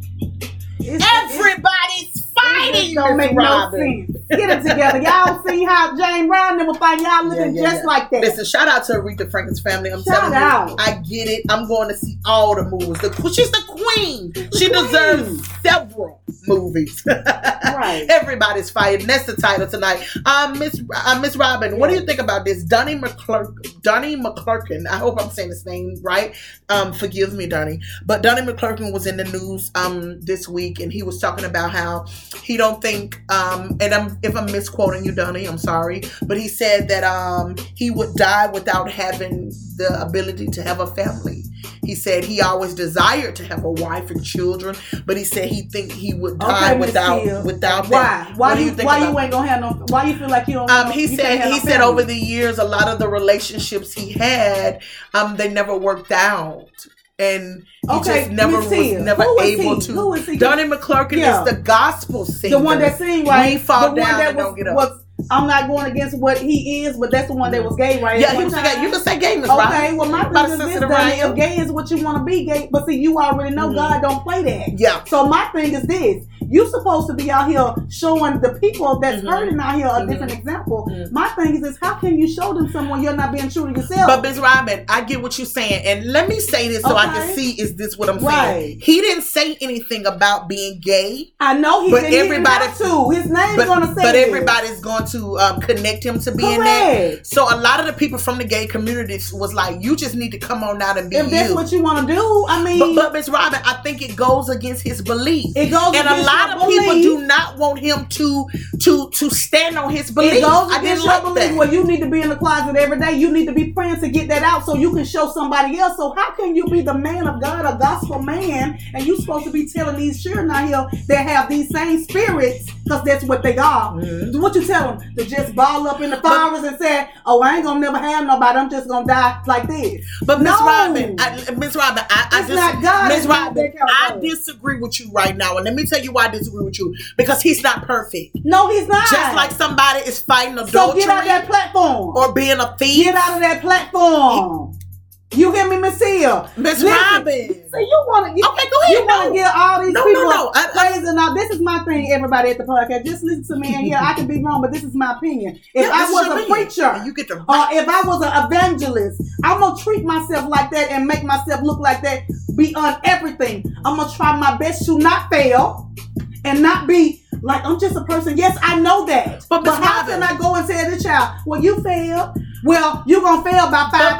[SPEAKER 2] It's- it's-
[SPEAKER 1] Everybody's
[SPEAKER 2] It
[SPEAKER 1] fighting.
[SPEAKER 2] just don't
[SPEAKER 1] Miss
[SPEAKER 2] make
[SPEAKER 1] Robin.
[SPEAKER 2] no sense. Get it together. Y'all see how Jane Brown never find y'all
[SPEAKER 1] Yeah,
[SPEAKER 2] looking
[SPEAKER 1] yeah,
[SPEAKER 2] just
[SPEAKER 1] yeah.
[SPEAKER 2] like that.
[SPEAKER 1] Listen, shout out to Aretha Franklin's family. I'm
[SPEAKER 2] Shout
[SPEAKER 1] telling you,
[SPEAKER 2] out.
[SPEAKER 1] I get it. I'm going to see all the movies. The, she's the queen. she
[SPEAKER 2] queen.
[SPEAKER 1] deserves several movies.
[SPEAKER 2] right.
[SPEAKER 1] Everybody's fighting. That's the title tonight. Um, Miss uh, Miss Robin, what do you think about this? Donnie McClurk, Donnie McClurkin. I hope I'm saying his name right. Um, forgive me, Donnie. But Donnie McClurkin was in the news um this week, and he was talking about how he don't think um and I'm if I'm misquoting you, Donnie, I'm sorry, but he said that um he would die without having the ability to have a family. He said he always desired to have a wife and children, but he said he think he would die
[SPEAKER 2] Okay, Miss
[SPEAKER 1] without
[SPEAKER 2] Hill.
[SPEAKER 1] without
[SPEAKER 2] Why?
[SPEAKER 1] that.
[SPEAKER 2] Why
[SPEAKER 1] What
[SPEAKER 2] you,
[SPEAKER 1] think
[SPEAKER 2] why
[SPEAKER 1] about
[SPEAKER 2] you ain't gonna have no? Why you feel like you don't?
[SPEAKER 1] um, he
[SPEAKER 2] you can't
[SPEAKER 1] said
[SPEAKER 2] have
[SPEAKER 1] he
[SPEAKER 2] no
[SPEAKER 1] said
[SPEAKER 2] family?
[SPEAKER 1] over the years a lot of the relationships he had um they never worked out and he
[SPEAKER 2] Okay,
[SPEAKER 1] just never
[SPEAKER 2] Miss
[SPEAKER 1] was
[SPEAKER 2] Hill,
[SPEAKER 1] never
[SPEAKER 2] who is
[SPEAKER 1] able
[SPEAKER 2] he?
[SPEAKER 1] to
[SPEAKER 2] Who is he?
[SPEAKER 1] Donnie McClurkin
[SPEAKER 2] Yeah.
[SPEAKER 1] is the gospel singer
[SPEAKER 2] the one that sing right.
[SPEAKER 1] We fall
[SPEAKER 2] the
[SPEAKER 1] down
[SPEAKER 2] one that
[SPEAKER 1] and
[SPEAKER 2] was,
[SPEAKER 1] don't get up.
[SPEAKER 2] was- I'm not going against what he is, but that's the one that was gay, right?
[SPEAKER 1] yeah
[SPEAKER 2] At
[SPEAKER 1] he
[SPEAKER 2] one
[SPEAKER 1] was a
[SPEAKER 2] time.
[SPEAKER 1] gay you can say gay Miss
[SPEAKER 2] Okay,
[SPEAKER 1] Robin.
[SPEAKER 2] well my
[SPEAKER 1] About
[SPEAKER 2] thing is this,
[SPEAKER 1] sensitive
[SPEAKER 2] Donnie, if
[SPEAKER 1] Ryan.
[SPEAKER 2] gay is what you want to be, gay, but see, you already know
[SPEAKER 1] Mhm.
[SPEAKER 2] God don't play that.
[SPEAKER 1] yeah
[SPEAKER 2] So my thing is this: you supposed to be out here showing the people that's
[SPEAKER 1] Mhm.
[SPEAKER 2] hurting out here a
[SPEAKER 1] Mhm.
[SPEAKER 2] different example.
[SPEAKER 1] Mhm.
[SPEAKER 2] My thing is this: how can you show them someone you're not being true to yourself?
[SPEAKER 1] but Miss Robin, I get what you're saying, and let me say this so I
[SPEAKER 2] Okay.
[SPEAKER 1] can see is this what I'm saying.
[SPEAKER 2] Right.
[SPEAKER 1] He didn't say anything about being gay,
[SPEAKER 2] I know he
[SPEAKER 1] but
[SPEAKER 2] didn't even
[SPEAKER 1] everybody-
[SPEAKER 2] have to. His name's
[SPEAKER 1] but,
[SPEAKER 2] gonna say
[SPEAKER 1] but
[SPEAKER 2] this.
[SPEAKER 1] everybody's going to um, connect him to being that.
[SPEAKER 2] correct.
[SPEAKER 1] So a lot of the people from the gay communities was like, "You just need to come on out and be
[SPEAKER 2] If that's
[SPEAKER 1] you."
[SPEAKER 2] what you want to do, I
[SPEAKER 1] but
[SPEAKER 2] mean,
[SPEAKER 1] but Miss Robin, I think it goes against his belief,
[SPEAKER 2] it goes.
[SPEAKER 1] and a
[SPEAKER 2] against
[SPEAKER 1] lot
[SPEAKER 2] your
[SPEAKER 1] of people
[SPEAKER 2] belief.
[SPEAKER 1] do not want him to to to stand on his belief.
[SPEAKER 2] It goes
[SPEAKER 1] I didn't
[SPEAKER 2] against your
[SPEAKER 1] like
[SPEAKER 2] belief.
[SPEAKER 1] that.
[SPEAKER 2] Well, you need to be in the closet every day. You need to be praying to get that out so you can show somebody else. So how can you be the man of God, a gospel man, and you supposed to be telling these children out here that have these same spirits, because that's what they are.
[SPEAKER 1] Mhm.
[SPEAKER 2] What you tell them to just ball up in the flowers and say, "Oh, I ain't gonna never have nobody. I'm just gonna die like this."
[SPEAKER 1] But Miss
[SPEAKER 2] No.
[SPEAKER 1] Robin, I- Miss Robin, I, I
[SPEAKER 2] It's
[SPEAKER 1] dis-
[SPEAKER 2] not God,
[SPEAKER 1] Miss
[SPEAKER 2] it's not
[SPEAKER 1] Robin,
[SPEAKER 2] that kind of
[SPEAKER 1] I
[SPEAKER 2] road.
[SPEAKER 1] disagree with you right now, and let me tell you why I disagree with you because he's not perfect.
[SPEAKER 2] No, he's not.
[SPEAKER 1] Just like somebody is fighting
[SPEAKER 2] so,
[SPEAKER 1] adultery
[SPEAKER 2] get out that platform.
[SPEAKER 1] or being a thief,
[SPEAKER 2] Get out of that platform. You hear me, Miss Hill?
[SPEAKER 1] Miss
[SPEAKER 2] Listen,
[SPEAKER 1] Robin.
[SPEAKER 2] So you want to
[SPEAKER 1] Okay, go ahead.
[SPEAKER 2] You want
[SPEAKER 1] no.
[SPEAKER 2] to get all these
[SPEAKER 1] No, no,
[SPEAKER 2] people
[SPEAKER 1] no. I- I-
[SPEAKER 2] praising. Now, this is my thing. Everybody at the podcast, just listen to me. And yeah, I could be wrong, but this is my opinion. If
[SPEAKER 1] Yeah,
[SPEAKER 2] I
[SPEAKER 1] this is
[SPEAKER 2] was
[SPEAKER 1] your
[SPEAKER 2] a
[SPEAKER 1] opinion.
[SPEAKER 2] preacher,
[SPEAKER 1] And you get the
[SPEAKER 2] or if I was an evangelist, I'm gonna treat myself like that and make myself look like that beyond everything. I'm gonna try my best to not fail and not be like I'm just a person. Yes, I know that.
[SPEAKER 1] But
[SPEAKER 2] But,
[SPEAKER 1] Miss
[SPEAKER 2] how
[SPEAKER 1] Robin-
[SPEAKER 2] can I go and tell the child, "Well, you failed. Well, you're gonna fail by
[SPEAKER 1] Miss
[SPEAKER 2] five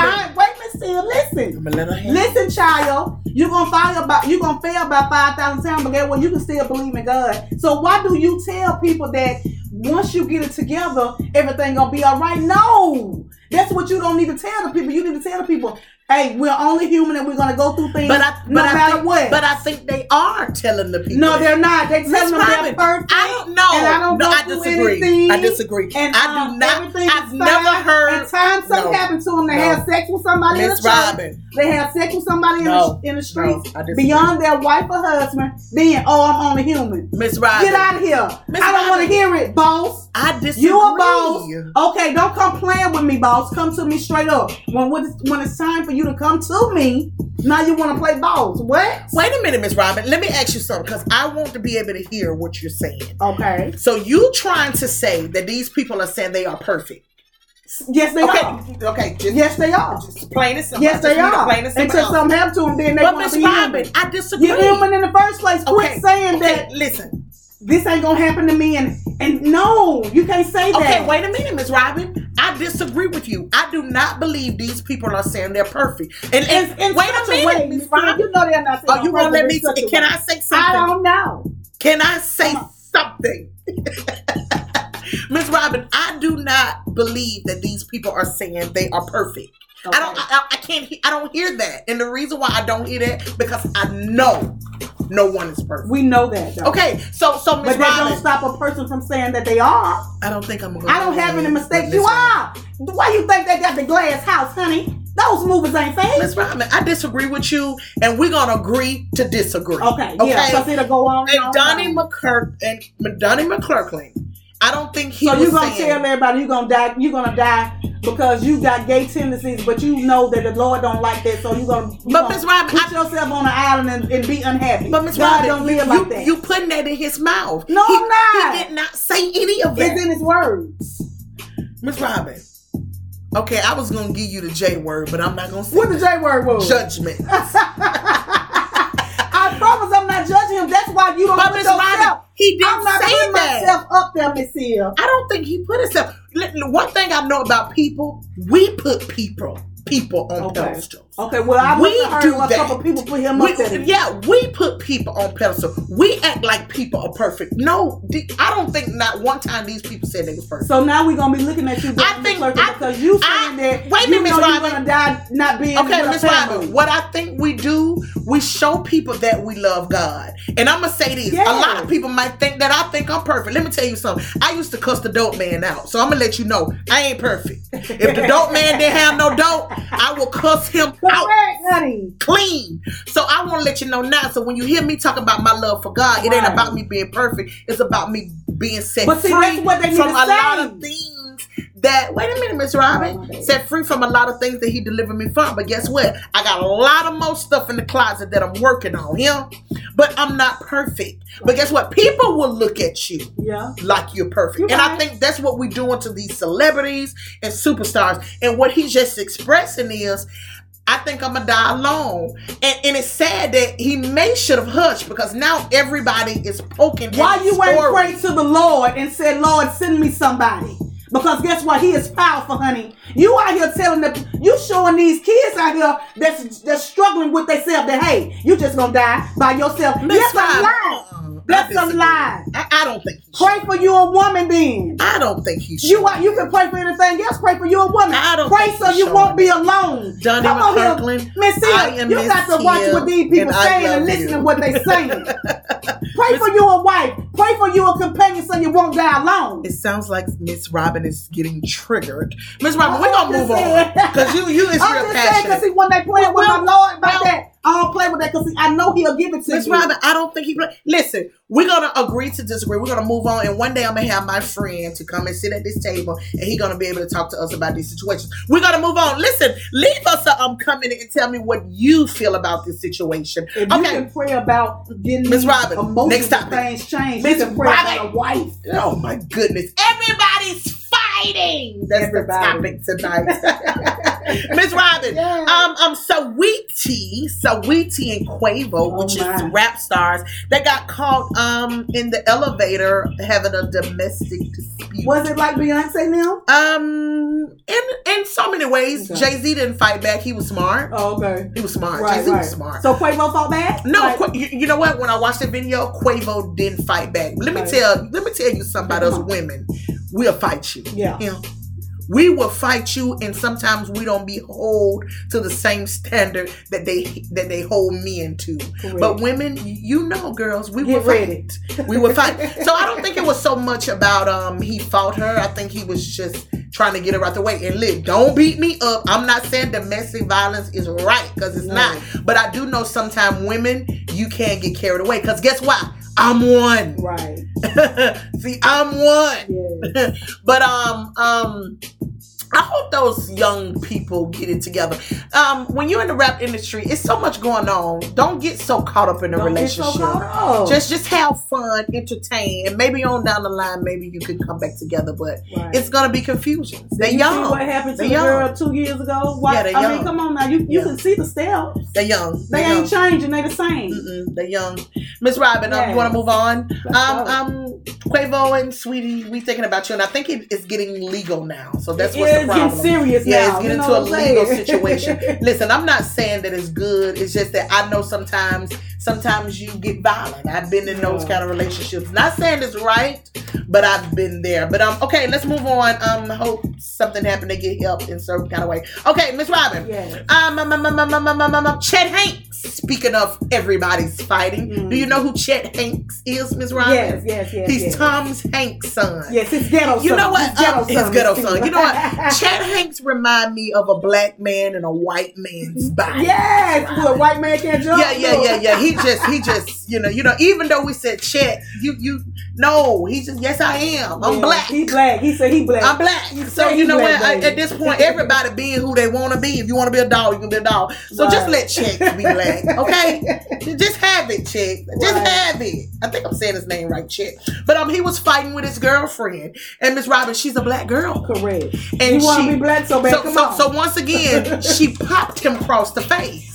[SPEAKER 1] Robin-
[SPEAKER 2] times." Wait, Miss Steele, listen.
[SPEAKER 1] millennial.
[SPEAKER 2] Listen, child, you're gonna fail about you're gonna fail by five thousand times, but get well, you can still believe in God. So why do you tell people that once you get it together, everything gonna be all right? No, that's what you don't need to tell the people. You need to tell the people, hey, we're only human and we're gonna go through things
[SPEAKER 1] But I, but
[SPEAKER 2] no
[SPEAKER 1] I
[SPEAKER 2] matter
[SPEAKER 1] think,
[SPEAKER 2] what.
[SPEAKER 1] but I think they are telling the people.
[SPEAKER 2] no,
[SPEAKER 1] that.
[SPEAKER 2] they're not. They
[SPEAKER 1] Miss
[SPEAKER 2] telling them they're
[SPEAKER 1] Robin,
[SPEAKER 2] perfect.
[SPEAKER 1] I don't know.
[SPEAKER 2] and I don't
[SPEAKER 1] no,
[SPEAKER 2] go
[SPEAKER 1] I
[SPEAKER 2] through
[SPEAKER 1] disagree.
[SPEAKER 2] anything,
[SPEAKER 1] I disagree.
[SPEAKER 2] And
[SPEAKER 1] I
[SPEAKER 2] um,
[SPEAKER 1] do not.
[SPEAKER 2] everything
[SPEAKER 1] I've
[SPEAKER 2] is
[SPEAKER 1] never
[SPEAKER 2] fine.
[SPEAKER 1] heard
[SPEAKER 2] At times,
[SPEAKER 1] No.
[SPEAKER 2] something happened to them. They
[SPEAKER 1] No.
[SPEAKER 2] have sex with somebody in the
[SPEAKER 1] Miss
[SPEAKER 2] church.
[SPEAKER 1] Robin.
[SPEAKER 2] They have sex with somebody
[SPEAKER 1] No,
[SPEAKER 2] in, the, in the
[SPEAKER 1] No,
[SPEAKER 2] streets
[SPEAKER 1] I disagree.
[SPEAKER 2] beyond their wife or husband. Then, oh, I'm only human.
[SPEAKER 1] Miss Robin.
[SPEAKER 2] Get out of here.
[SPEAKER 1] Miss
[SPEAKER 2] I don't
[SPEAKER 1] Robin.
[SPEAKER 2] want to hear it, boss.
[SPEAKER 1] I disagree.
[SPEAKER 2] You a boss. Okay, don't come playing with me, boss. Come to me straight up. When when it's, when it's time for you to come to me, now you want to play boss. What?
[SPEAKER 1] Wait a minute, Miss Robin. Let me ask you something because I want to be able to hear what you're saying.
[SPEAKER 2] Okay.
[SPEAKER 1] So you trying to say that these people are saying they are perfect?
[SPEAKER 2] Yes, they
[SPEAKER 1] okay.
[SPEAKER 2] are.
[SPEAKER 1] Okay. Just,
[SPEAKER 2] Yes, they are.
[SPEAKER 1] just plain and simple. I
[SPEAKER 2] Yes,
[SPEAKER 1] just
[SPEAKER 2] they
[SPEAKER 1] need to
[SPEAKER 2] are.
[SPEAKER 1] Plain and simple.
[SPEAKER 2] Until something happens to them, then they
[SPEAKER 1] but
[SPEAKER 2] want to
[SPEAKER 1] Miss
[SPEAKER 2] be
[SPEAKER 1] Robin,
[SPEAKER 2] human.
[SPEAKER 1] I disagree.
[SPEAKER 2] You're human in the first place. Quit
[SPEAKER 1] Okay.
[SPEAKER 2] saying
[SPEAKER 1] okay,
[SPEAKER 2] that
[SPEAKER 1] Listen.
[SPEAKER 2] this ain't gonna happen to me, and and no, you can't say that.
[SPEAKER 1] Okay, wait a minute, Miss Robin. I disagree with you. I do not believe these people are saying they're perfect. And, and,
[SPEAKER 2] in, in
[SPEAKER 1] wait
[SPEAKER 2] such
[SPEAKER 1] a minute,
[SPEAKER 2] way, Miss
[SPEAKER 1] Miss
[SPEAKER 2] Brown,
[SPEAKER 1] Robin.
[SPEAKER 2] you know they're not.
[SPEAKER 1] Are you gonna
[SPEAKER 2] going to
[SPEAKER 1] let me? Can I say something?
[SPEAKER 2] I don't know.
[SPEAKER 1] Can I say
[SPEAKER 2] Come on.
[SPEAKER 1] something? Miss Robin, I do not believe that these people are saying they are perfect. I don't. I, I- I can't. he- I don't hear that. And the reason why I don't hear that because I know no one is perfect.
[SPEAKER 2] we know that. Though.
[SPEAKER 1] Okay, so so Miss
[SPEAKER 2] But that don't
[SPEAKER 1] Robin,
[SPEAKER 2] stop a person from saying that they are.
[SPEAKER 1] I don't think I'm gonna.
[SPEAKER 2] I don't have any mistakes.
[SPEAKER 1] Miss
[SPEAKER 2] You
[SPEAKER 1] Robin-
[SPEAKER 2] are. Why you think they got the glass house, honey? Those movies ain't fake.
[SPEAKER 1] Miss Robin, I disagree with you, and we're gonna agree to disagree.
[SPEAKER 2] Okay, yeah, because it'll go on.
[SPEAKER 1] And Donnie
[SPEAKER 2] on.
[SPEAKER 1] McClurk and Donnie McClurkling, I don't think he
[SPEAKER 2] So
[SPEAKER 1] was
[SPEAKER 2] you gonna
[SPEAKER 1] saying.
[SPEAKER 2] tell everybody you gonna die? You gonna die because you got gay tendencies, but you know that the Lord don't like that. So you gonna you
[SPEAKER 1] but
[SPEAKER 2] gonna
[SPEAKER 1] Miss Robin,
[SPEAKER 2] put
[SPEAKER 1] I,
[SPEAKER 2] yourself on an island and, and be unhappy.
[SPEAKER 1] but Miss
[SPEAKER 2] God
[SPEAKER 1] Robin,
[SPEAKER 2] don't live
[SPEAKER 1] you,
[SPEAKER 2] like that.
[SPEAKER 1] you putting that in his mouth.
[SPEAKER 2] No,
[SPEAKER 1] he,
[SPEAKER 2] I'm not.
[SPEAKER 1] He did not say any of
[SPEAKER 2] it's
[SPEAKER 1] that.
[SPEAKER 2] in His words.
[SPEAKER 1] Miss Robin, okay, I was gonna give you the J word, but I'm not gonna say
[SPEAKER 2] What the J word was?
[SPEAKER 1] judgment.
[SPEAKER 2] I promise I'm not judging him. That's why you don't
[SPEAKER 1] But
[SPEAKER 2] put
[SPEAKER 1] Miss
[SPEAKER 2] yourself.
[SPEAKER 1] Robin, he didn't
[SPEAKER 2] I'm not
[SPEAKER 1] say
[SPEAKER 2] putting
[SPEAKER 1] that.
[SPEAKER 2] myself up there, Miss Hill.
[SPEAKER 1] I don't think he put himself. Li- One thing I know about people, we put people people on
[SPEAKER 2] Okay.
[SPEAKER 1] pedestals.
[SPEAKER 2] Okay, well, I
[SPEAKER 1] We
[SPEAKER 2] we heard
[SPEAKER 1] do
[SPEAKER 2] a couple
[SPEAKER 1] that.
[SPEAKER 2] people put him
[SPEAKER 1] We,
[SPEAKER 2] up there.
[SPEAKER 1] yeah, we put people on pedestal. We act like people are perfect. No, the- I don't think not one time these people said they was perfect.
[SPEAKER 2] So now we're gonna be looking at you,
[SPEAKER 1] I
[SPEAKER 2] Dr.
[SPEAKER 1] think-
[SPEAKER 2] Clerk,
[SPEAKER 1] I-
[SPEAKER 2] because you saying
[SPEAKER 1] I-
[SPEAKER 2] that
[SPEAKER 1] wait a minute,
[SPEAKER 2] you know
[SPEAKER 1] Miss
[SPEAKER 2] you're
[SPEAKER 1] Robin.
[SPEAKER 2] gonna die not being
[SPEAKER 1] Okay,
[SPEAKER 2] with
[SPEAKER 1] Miss
[SPEAKER 2] a family.
[SPEAKER 1] Robin, what I think we do, we show people that we love God. And I'm going to say this.
[SPEAKER 2] Yes.
[SPEAKER 1] A lot of people might think that I think I'm perfect. Let me tell you something. I used to cuss the dope man out. So I'm going to let you know, I ain't perfect. If the dope man didn't have no dope, I will cuss him out
[SPEAKER 2] Correct, honey.
[SPEAKER 1] clean. So I want to let you know now. So when you hear me talk about my love for God, it ain't
[SPEAKER 2] Right.
[SPEAKER 1] about me being perfect. It's about me being set
[SPEAKER 2] But see,
[SPEAKER 1] free
[SPEAKER 2] that's what they need
[SPEAKER 1] from
[SPEAKER 2] to
[SPEAKER 1] a
[SPEAKER 2] say.
[SPEAKER 1] lot of things that. Wait a minute, Miss
[SPEAKER 2] Oh, my
[SPEAKER 1] Robin.
[SPEAKER 2] bad.
[SPEAKER 1] set free from a lot of things that He delivered me from. But guess what? I got a lot of more stuff in the closet that I'm working on. Him, but I'm not perfect. But guess what? People will look at you
[SPEAKER 2] Yeah.
[SPEAKER 1] like you're perfect.
[SPEAKER 2] You're
[SPEAKER 1] and I
[SPEAKER 2] right.
[SPEAKER 1] think that's what we're doing to these celebrities and superstars. And what he's just expressing is, I think I'm gonna die alone. And and it's sad that he may should have hushed because now everybody is poking. at
[SPEAKER 2] Why
[SPEAKER 1] his
[SPEAKER 2] you ain't
[SPEAKER 1] story.
[SPEAKER 2] prayed to the Lord and said, Lord, send me somebody? Because guess what? He is powerful, honey. You out here telling the you showing these kids out here that's that's struggling with themselves that hey, you just gonna die by yourself.
[SPEAKER 1] Miss
[SPEAKER 2] That's
[SPEAKER 1] Robin,
[SPEAKER 2] a lie.
[SPEAKER 1] uh-uh, I
[SPEAKER 2] That's a
[SPEAKER 1] disagree.
[SPEAKER 2] lie.
[SPEAKER 1] I, I don't think. He should.
[SPEAKER 2] Pray for you a woman then.
[SPEAKER 1] I don't think he should.
[SPEAKER 2] You out- you can pray for anything else. Pray for you a woman.
[SPEAKER 1] I don't
[SPEAKER 2] pray
[SPEAKER 1] think
[SPEAKER 2] so
[SPEAKER 1] he's
[SPEAKER 2] you
[SPEAKER 1] showing
[SPEAKER 2] won't be alone.
[SPEAKER 1] Johnny
[SPEAKER 2] Come on here,
[SPEAKER 1] McClurkin,
[SPEAKER 2] Miss
[SPEAKER 1] I
[SPEAKER 2] Hill.
[SPEAKER 1] am
[SPEAKER 2] You
[SPEAKER 1] Miss
[SPEAKER 2] got to watch
[SPEAKER 1] Hill,
[SPEAKER 2] what these people
[SPEAKER 1] and I
[SPEAKER 2] saying and
[SPEAKER 1] love
[SPEAKER 2] listen to
[SPEAKER 1] you.
[SPEAKER 2] what they saying. pray for you a wife. Pray for you a companion so you won't die alone.
[SPEAKER 1] It sounds like Miss Robin is getting triggered. Miss Robin, we're
[SPEAKER 2] I'm
[SPEAKER 1] gonna move
[SPEAKER 2] just
[SPEAKER 1] on
[SPEAKER 2] saying.
[SPEAKER 1] because you you is
[SPEAKER 2] I'm
[SPEAKER 1] real
[SPEAKER 2] just saying because
[SPEAKER 1] passionate.
[SPEAKER 2] see when they playing with my
[SPEAKER 1] Well,
[SPEAKER 2] Lord about
[SPEAKER 1] well-
[SPEAKER 2] that, I don't play with that because I know He'll give it to
[SPEAKER 1] Miss
[SPEAKER 2] you.
[SPEAKER 1] Robin, I don't think he. Play. Listen, we're gonna agree to disagree. We're gonna move on, and one day I'm gonna have my friend to come and sit at this table, and he gonna be able to talk to us about these situations. We're gonna move on. Listen, leave us a um comment and tell me what you feel about this situation.
[SPEAKER 2] If you
[SPEAKER 1] okay.
[SPEAKER 2] can pray about getting
[SPEAKER 1] Miss
[SPEAKER 2] these
[SPEAKER 1] Robin,
[SPEAKER 2] emotional
[SPEAKER 1] next topic.
[SPEAKER 2] things changed,
[SPEAKER 1] Miss
[SPEAKER 2] you can pray about
[SPEAKER 1] Robin.
[SPEAKER 2] a wife.
[SPEAKER 1] Oh my goodness! Everybody's fighting. That's the
[SPEAKER 2] Everybody.
[SPEAKER 1] topic tonight. Miss Robin,
[SPEAKER 2] Yeah.
[SPEAKER 1] Um, um, Saweetie, Saweetie and Quavo, which
[SPEAKER 2] Oh my.
[SPEAKER 1] is rap stars, they got caught um in the elevator having a domestic dispute.
[SPEAKER 2] Was it like Beyonce now?
[SPEAKER 1] Um, in in so many ways,
[SPEAKER 2] Okay.
[SPEAKER 1] Jay Z didn't fight back. He was smart.
[SPEAKER 2] Oh, okay.
[SPEAKER 1] He was smart. Jay
[SPEAKER 2] Right,
[SPEAKER 1] Z
[SPEAKER 2] right.
[SPEAKER 1] Uh, was smart.
[SPEAKER 2] So Quavo fought back?
[SPEAKER 1] no,
[SPEAKER 2] Like,
[SPEAKER 1] Qua- you, you know what? When I watched the video, Quavo didn't fight back. Let me
[SPEAKER 2] Right.
[SPEAKER 1] tell let me tell you something about
[SPEAKER 2] Come
[SPEAKER 1] us
[SPEAKER 2] on.
[SPEAKER 1] women. We'll fight you.
[SPEAKER 2] yeah.
[SPEAKER 1] Yeah. We will fight you, and sometimes we don't be hold to the same standard that they that they hold men to.
[SPEAKER 2] Correct.
[SPEAKER 1] But women, you know, girls, we
[SPEAKER 2] Get
[SPEAKER 1] will
[SPEAKER 2] ready.
[SPEAKER 1] fight. We will fight. So I don't think it was so much about um he fought her. I think he was just trying to get her out the way. And look, don't beat me up. I'm not saying domestic violence is right because it's
[SPEAKER 2] No.
[SPEAKER 1] not. But I do know sometimes women you can get carried away because guess what? I'm one.
[SPEAKER 2] right.
[SPEAKER 1] See, I'm one
[SPEAKER 2] Yeah.
[SPEAKER 1] but um um I hope those young people get it together. Um, when you're in the rap industry, it's so much going on. Don't get so caught up in a
[SPEAKER 2] Don't get so
[SPEAKER 1] relationship.
[SPEAKER 2] caught up.
[SPEAKER 1] just just have fun, entertain, and maybe on down the line, maybe you can come back together. But
[SPEAKER 2] Right.
[SPEAKER 1] it's gonna be confusion. They
[SPEAKER 2] You see what
[SPEAKER 1] young.
[SPEAKER 2] happened to
[SPEAKER 1] They
[SPEAKER 2] the
[SPEAKER 1] young.
[SPEAKER 2] girl two years ago? Why,
[SPEAKER 1] Yeah, they
[SPEAKER 2] I mean,
[SPEAKER 1] young.
[SPEAKER 2] come on now. You, you
[SPEAKER 1] Yeah.
[SPEAKER 2] can see the steps.
[SPEAKER 1] They young.
[SPEAKER 2] They
[SPEAKER 1] They young.
[SPEAKER 2] ain't changing. They the same.
[SPEAKER 1] Mm-mm, they young. Miss Robin, um, you
[SPEAKER 2] Yes.
[SPEAKER 1] want to move on?
[SPEAKER 2] Let's
[SPEAKER 1] Um,
[SPEAKER 2] go.
[SPEAKER 1] um, Quavo and Sweetie, we thinking about you, and I think it is getting legal now. So that's
[SPEAKER 2] It
[SPEAKER 1] what's
[SPEAKER 2] is
[SPEAKER 1] the
[SPEAKER 2] getting
[SPEAKER 1] problem.
[SPEAKER 2] serious
[SPEAKER 1] Yeah,
[SPEAKER 2] now.
[SPEAKER 1] it's
[SPEAKER 2] You
[SPEAKER 1] getting
[SPEAKER 2] know
[SPEAKER 1] into a
[SPEAKER 2] what I'm
[SPEAKER 1] legal
[SPEAKER 2] saying?
[SPEAKER 1] situation. Listen, I'm not saying that it's good. It's just that I know sometimes, sometimes you get violent. I've been in those
[SPEAKER 2] Yeah.
[SPEAKER 1] kind of relationships. Not saying it's right, but I've been there. But um, okay, let's move on. Um, hope something happened to get help in some kind of way. Okay, Miss Robin.
[SPEAKER 2] yes.
[SPEAKER 1] Um, um, um, um, um, um, um, um, um, um, Chet Hanks. Speaking of everybody's fighting,
[SPEAKER 2] Mm.
[SPEAKER 1] do you know who Chet Hanks is, Miss Robin?
[SPEAKER 2] yes, yes, yes.
[SPEAKER 1] He's
[SPEAKER 2] yes.
[SPEAKER 1] Tom's Hanks' son.
[SPEAKER 2] Yes, it's ghetto.
[SPEAKER 1] You
[SPEAKER 2] son.
[SPEAKER 1] know what?
[SPEAKER 2] It's ghetto
[SPEAKER 1] Uh,
[SPEAKER 2] son.
[SPEAKER 1] his ghetto
[SPEAKER 2] It's
[SPEAKER 1] son. You know what? Chad Hanks remind me of a black man and a white man's body.
[SPEAKER 2] yes, well, white man can't jump.
[SPEAKER 1] Yeah, yeah, yeah, yeah. He just, he just, you know, you know. Even though we said Chet, you, you, no, he just, yes, I am. I'm
[SPEAKER 2] Yeah,
[SPEAKER 1] black.
[SPEAKER 2] He black. He said he black.
[SPEAKER 1] I'm black.
[SPEAKER 2] You
[SPEAKER 1] So
[SPEAKER 2] say
[SPEAKER 1] you
[SPEAKER 2] he
[SPEAKER 1] know
[SPEAKER 2] black,
[SPEAKER 1] what? I-
[SPEAKER 2] baby.
[SPEAKER 1] at this point, everybody being who they want to be. If you want to be a dog, you can be a dog. So just
[SPEAKER 2] Right.
[SPEAKER 1] let Chet be black, okay? just have it, Chet. Just
[SPEAKER 2] Right.
[SPEAKER 1] have it. I think I'm saying his name right, Chet. But um, he was fighting with his girlfriend, and Miss Robin, she's a black girl.
[SPEAKER 2] Correct.
[SPEAKER 1] And
[SPEAKER 2] you want
[SPEAKER 1] she-
[SPEAKER 2] to be black so bad?
[SPEAKER 1] So,
[SPEAKER 2] Come
[SPEAKER 1] so,
[SPEAKER 2] on.
[SPEAKER 1] so once again, she popped him across the face.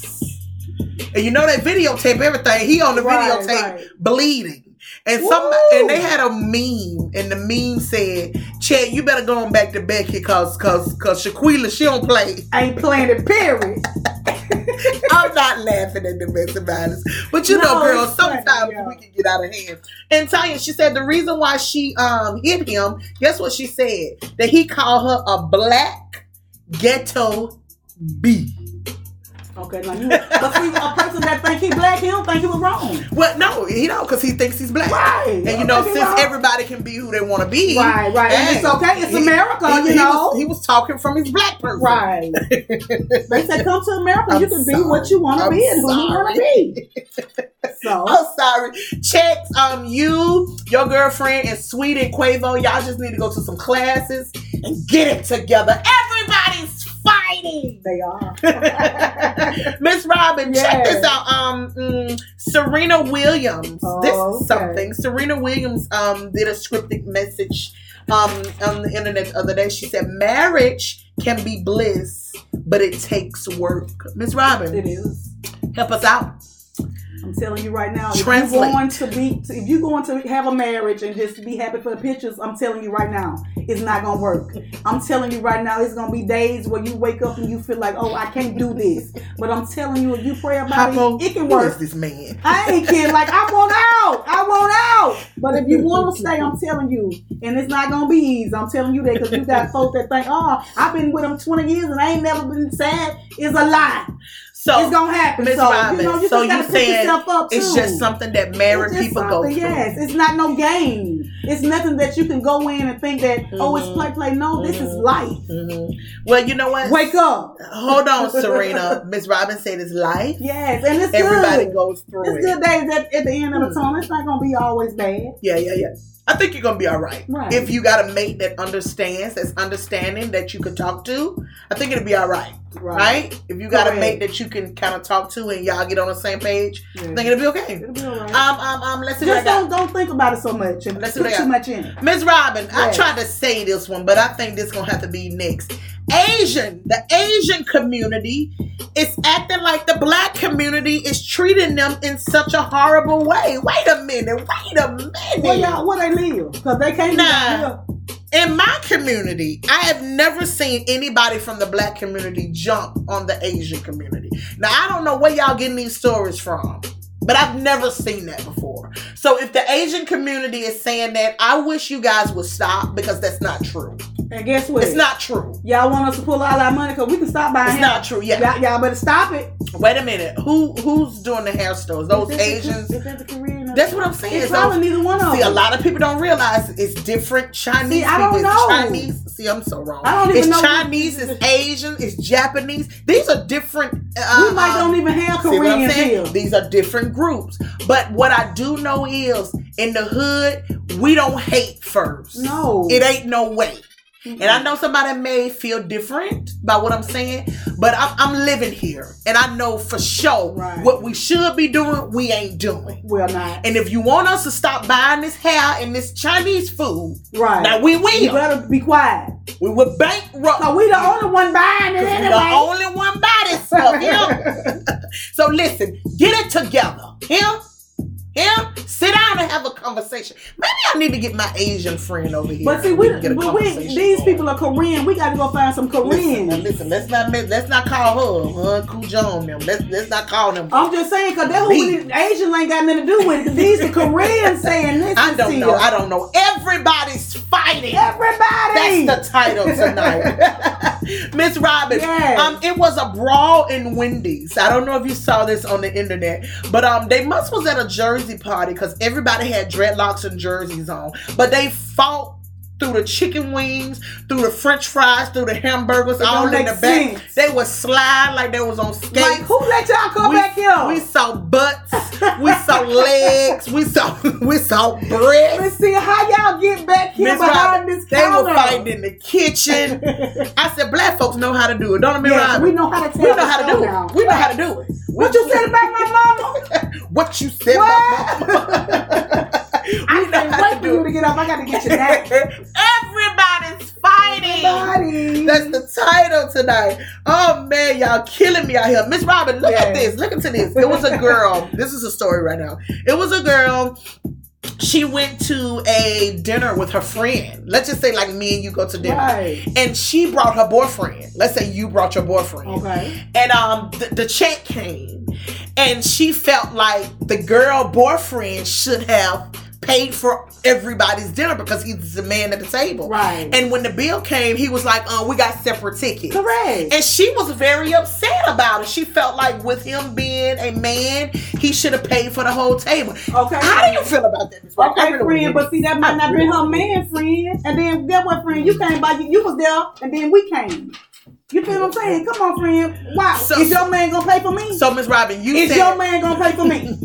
[SPEAKER 1] And you know they videotape everything. He on the
[SPEAKER 2] Right,
[SPEAKER 1] videotape
[SPEAKER 2] right.
[SPEAKER 1] bleeding. And some
[SPEAKER 2] Woo!
[SPEAKER 1] and they had a meme, and the meme said, "Chad, you better go on back to Becky, cause cause cause Shaquila she don't play."
[SPEAKER 2] Ain't playing it, period.
[SPEAKER 1] I'm not laughing at domestic violence, but you know,
[SPEAKER 2] No,
[SPEAKER 1] girl,
[SPEAKER 2] it's funny,
[SPEAKER 1] sometimes
[SPEAKER 2] yeah.
[SPEAKER 1] we can get out of hand. And Tanya, she said the reason why she um hit him, guess what she said? That he called her a black ghetto bee.
[SPEAKER 2] Okay, now you. But see, a person that think he black, he don't think he was wrong.
[SPEAKER 1] Well, no, he don't, cause he thinks he's black.
[SPEAKER 2] Right.
[SPEAKER 1] And you know,
[SPEAKER 2] Don't think he
[SPEAKER 1] since
[SPEAKER 2] wrong.
[SPEAKER 1] everybody can be who they want to be,
[SPEAKER 2] Right, right. And it's okay. It's
[SPEAKER 1] he-
[SPEAKER 2] America,
[SPEAKER 1] he-
[SPEAKER 2] you
[SPEAKER 1] he
[SPEAKER 2] know.
[SPEAKER 1] was- he was talking from his black person.
[SPEAKER 2] Right. they said, come to America. you
[SPEAKER 1] I'm
[SPEAKER 2] can
[SPEAKER 1] sorry.
[SPEAKER 2] be what you want to
[SPEAKER 1] I'm
[SPEAKER 2] be and who you want to be. So,
[SPEAKER 1] I'm sorry. Checks, um, you, your girlfriend, and Sweet and Quavo, y'all just need to go to some classes and get it together. Everybody's fighting.
[SPEAKER 2] they are.
[SPEAKER 1] Miss Robin, check
[SPEAKER 2] Yes.
[SPEAKER 1] this out. Um, mm, Serena Williams. this
[SPEAKER 2] Oh,
[SPEAKER 1] is
[SPEAKER 2] okay.
[SPEAKER 1] something. Serena Williams um did a scripted message um on the internet the other day. She said, "Marriage can be bliss, but it takes work." Miss
[SPEAKER 2] It
[SPEAKER 1] Robin,
[SPEAKER 2] is.
[SPEAKER 1] help us out.
[SPEAKER 2] I'm telling you right now,
[SPEAKER 1] Translate.
[SPEAKER 2] if you're going to be, if you're going to have a marriage and just be happy for the pictures, I'm telling you right now, it's not gonna work. I'm telling you right now, it's gonna be days where you wake up and you feel like, oh, I can't do this. But I'm telling you, if you pray about
[SPEAKER 1] Papo,
[SPEAKER 2] it, it can
[SPEAKER 1] who
[SPEAKER 2] work.
[SPEAKER 1] is this man?
[SPEAKER 2] I ain't kidding. Like I want out. I want out. But if you want to stay, I'm telling you, and it's not gonna be easy. I'm telling you that because you got folks that think, oh, I've been with them 20 years and I ain't never been sad. It's a lie.
[SPEAKER 1] So
[SPEAKER 2] it's gonna happen.
[SPEAKER 1] Miss
[SPEAKER 2] so
[SPEAKER 1] Robin,
[SPEAKER 2] you know you
[SPEAKER 1] so
[SPEAKER 2] just gotta
[SPEAKER 1] you
[SPEAKER 2] pick
[SPEAKER 1] said
[SPEAKER 2] yourself up too.
[SPEAKER 1] It's just something that
[SPEAKER 2] It's
[SPEAKER 1] married
[SPEAKER 2] just
[SPEAKER 1] people go
[SPEAKER 2] something,
[SPEAKER 1] through.
[SPEAKER 2] Yes, it's not no game. It's nothing that you can go in and think that oh, it's
[SPEAKER 1] Mhm.
[SPEAKER 2] play play. No, this is
[SPEAKER 1] Mhm.
[SPEAKER 2] life.
[SPEAKER 1] Mhm. Well, you know what?
[SPEAKER 2] Wake up.
[SPEAKER 1] Hold on, Serena. Miss Robin said it's life.
[SPEAKER 2] Yes, and it's
[SPEAKER 1] Everybody
[SPEAKER 2] good.
[SPEAKER 1] goes through
[SPEAKER 2] It's
[SPEAKER 1] it.
[SPEAKER 2] good days at, at the end of
[SPEAKER 1] Mm.
[SPEAKER 2] the tunnel. It's not gonna be always bad.
[SPEAKER 1] Yeah, yeah, yeah. I think you're gonna be all right.
[SPEAKER 2] Right.
[SPEAKER 1] If you got a mate that understands, that's understanding that you can talk to, I think it'll be all right, right? If you got a
[SPEAKER 2] Correct.
[SPEAKER 1] mate that you can kind of talk to and y'all get on the same page, I
[SPEAKER 2] Yeah.
[SPEAKER 1] think it'll be okay.
[SPEAKER 2] It'll be all right.
[SPEAKER 1] Um, um, um. Let's see what I
[SPEAKER 2] Just
[SPEAKER 1] got.
[SPEAKER 2] don't, don't think about it so much and
[SPEAKER 1] Let's see
[SPEAKER 2] put
[SPEAKER 1] what I
[SPEAKER 2] too
[SPEAKER 1] got.
[SPEAKER 2] much in it.
[SPEAKER 1] Miss Robin, I
[SPEAKER 2] Yes.
[SPEAKER 1] tried to say this one, but I think this gonna have to be next. Asian, the Asian community is acting like the black community is treating them in such a horrible way. Wait a minute, wait a minute.
[SPEAKER 2] Well, y'all, where they live? Because they can't
[SPEAKER 1] Nah.
[SPEAKER 2] nah.
[SPEAKER 1] in my community, I have never seen anybody from the black community jump on the Asian community. Now, I don't know where y'all getting these stories from, but I've never seen that before. So, if the Asian community is saying that, I wish you guys would stop because that's not true.
[SPEAKER 2] live. And guess what?
[SPEAKER 1] It's not true.
[SPEAKER 2] Y'all want us to pull all our money because we can stop buying
[SPEAKER 1] It's not true. Yeah.
[SPEAKER 2] Y'all, y'all better stop it.
[SPEAKER 1] Wait a minute. Who who's doing the hairstyles? Those
[SPEAKER 2] Is this the-
[SPEAKER 1] Asians.
[SPEAKER 2] is that the Korean or-
[SPEAKER 1] That's what I'm saying.
[SPEAKER 2] It's
[SPEAKER 1] It's those-
[SPEAKER 2] probably neither one of
[SPEAKER 1] See, a
[SPEAKER 2] them.
[SPEAKER 1] lot of people don't realize it's different Chinese.
[SPEAKER 2] See, I don't
[SPEAKER 1] people. It's
[SPEAKER 2] know.
[SPEAKER 1] Chinese. See, I'm so wrong.
[SPEAKER 2] I don't even
[SPEAKER 1] it's
[SPEAKER 2] know
[SPEAKER 1] Chinese.
[SPEAKER 2] who-
[SPEAKER 1] It's Asian. It's Japanese. These are different. Uh,
[SPEAKER 2] we might don't even have
[SPEAKER 1] see what I'm
[SPEAKER 2] Koreans
[SPEAKER 1] saying?
[SPEAKER 2] here.
[SPEAKER 1] These are different groups. But what I do know is in the hood, we don't hate first.
[SPEAKER 2] No.
[SPEAKER 1] It ain't no way. And I know somebody may feel different by what I'm saying, but I'm, I'm living here. And I know for sure
[SPEAKER 2] Right.
[SPEAKER 1] what we should be doing, we ain't doing.
[SPEAKER 2] Well, not.
[SPEAKER 1] And if you want us to stop buying this hair and this Chinese food,
[SPEAKER 2] Right.
[SPEAKER 1] now we
[SPEAKER 2] you
[SPEAKER 1] will.
[SPEAKER 2] better be quiet.
[SPEAKER 1] We will bankrupt.
[SPEAKER 2] So we the only one buying it
[SPEAKER 1] 'Cause we
[SPEAKER 2] anyway.
[SPEAKER 1] the only one by this stuff. Him. so listen, get it together. Him, him, sit down and have a conversation. Maybe I need to get my Asian friend over here.
[SPEAKER 2] but see,
[SPEAKER 1] and
[SPEAKER 2] we,
[SPEAKER 1] can get a
[SPEAKER 2] but we
[SPEAKER 1] conversation
[SPEAKER 2] these
[SPEAKER 1] going.
[SPEAKER 2] people are Korean. We got to go find some
[SPEAKER 1] Listen, now
[SPEAKER 2] Koreans.
[SPEAKER 1] listen, let's not mi- let's not call her her Kujon them. Let's let's not call them.
[SPEAKER 2] I'm just saying, cause that who we,
[SPEAKER 1] These.
[SPEAKER 2] Asians ain't got nothing to do with it. 'cause these the Koreans saying this.
[SPEAKER 1] I
[SPEAKER 2] to
[SPEAKER 1] don't know.
[SPEAKER 2] you.
[SPEAKER 1] I don't know. Everybody's fighting.
[SPEAKER 2] Everybody.
[SPEAKER 1] That's the title tonight. Miss Robin,
[SPEAKER 2] Yes.
[SPEAKER 1] um, it was a brawl in Wendy's. I don't know if you saw this on the internet, but um, they must was at a jersey party because everybody had dreadlocks and jerseys on, but they fought. Through the chicken wings, through the French fries, through the hamburgers,
[SPEAKER 2] don't
[SPEAKER 1] all in
[SPEAKER 2] make
[SPEAKER 1] the back.
[SPEAKER 2] sense.
[SPEAKER 1] They was slide like they was on skates.
[SPEAKER 2] like who let y'all come
[SPEAKER 1] we,
[SPEAKER 2] back here?
[SPEAKER 1] we saw butts, we saw legs, we saw we saw breasts.
[SPEAKER 2] Let's see how y'all get back here
[SPEAKER 1] Miss
[SPEAKER 2] behind
[SPEAKER 1] Robin,
[SPEAKER 2] this
[SPEAKER 1] they were
[SPEAKER 2] counter.
[SPEAKER 1] fighting in the kitchen. I said, black folks know how to do it. Don't let me
[SPEAKER 2] Yes,
[SPEAKER 1] rhyme.
[SPEAKER 2] we know how to tell
[SPEAKER 1] We know
[SPEAKER 2] the
[SPEAKER 1] how to
[SPEAKER 2] show
[SPEAKER 1] do
[SPEAKER 2] now.
[SPEAKER 1] it. We know how to do it.
[SPEAKER 2] What you said about my mama?
[SPEAKER 1] What you said
[SPEAKER 2] What?
[SPEAKER 1] about mama.
[SPEAKER 2] I
[SPEAKER 1] We know
[SPEAKER 2] can't
[SPEAKER 1] how to
[SPEAKER 2] wait for
[SPEAKER 1] do
[SPEAKER 2] you to get up. I got to get you back.
[SPEAKER 1] Everybody's fighting.
[SPEAKER 2] Everybody.
[SPEAKER 1] That's the title tonight. Oh man, y'all killing me out here. Miss Robin, look at
[SPEAKER 2] Yes.
[SPEAKER 1] this. Look into this. It was a girl. this is a story right now. It was a girl she went to a dinner with her friend. Let's just say like me and you go to dinner.
[SPEAKER 2] Right.
[SPEAKER 1] And she brought her boyfriend. Let's say you brought your boyfriend.
[SPEAKER 2] Okay.
[SPEAKER 1] And um the, the check came. And she felt like the girl boyfriend should have paid for everybody's dinner because he's the man at the table.
[SPEAKER 2] Right.
[SPEAKER 1] And when the bill came, he was like, uh, we got separate tickets.
[SPEAKER 2] Correct.
[SPEAKER 1] And she was very upset about it. She felt like with him being a man, he should have paid for the whole table.
[SPEAKER 2] Okay.
[SPEAKER 1] How do you feel about that? Miss Rock? I
[SPEAKER 2] Okay,
[SPEAKER 1] really
[SPEAKER 2] friend,
[SPEAKER 1] wanna-
[SPEAKER 2] but see that might not be her man, friend. And then that what friend, you came by, you, you was there, and then we came. You feel what I'm saying? Come on, friend. Why
[SPEAKER 1] So-
[SPEAKER 2] is your man gonna pay for me?
[SPEAKER 1] so Miss Robin, you
[SPEAKER 2] is
[SPEAKER 1] said
[SPEAKER 2] your man gonna pay for me?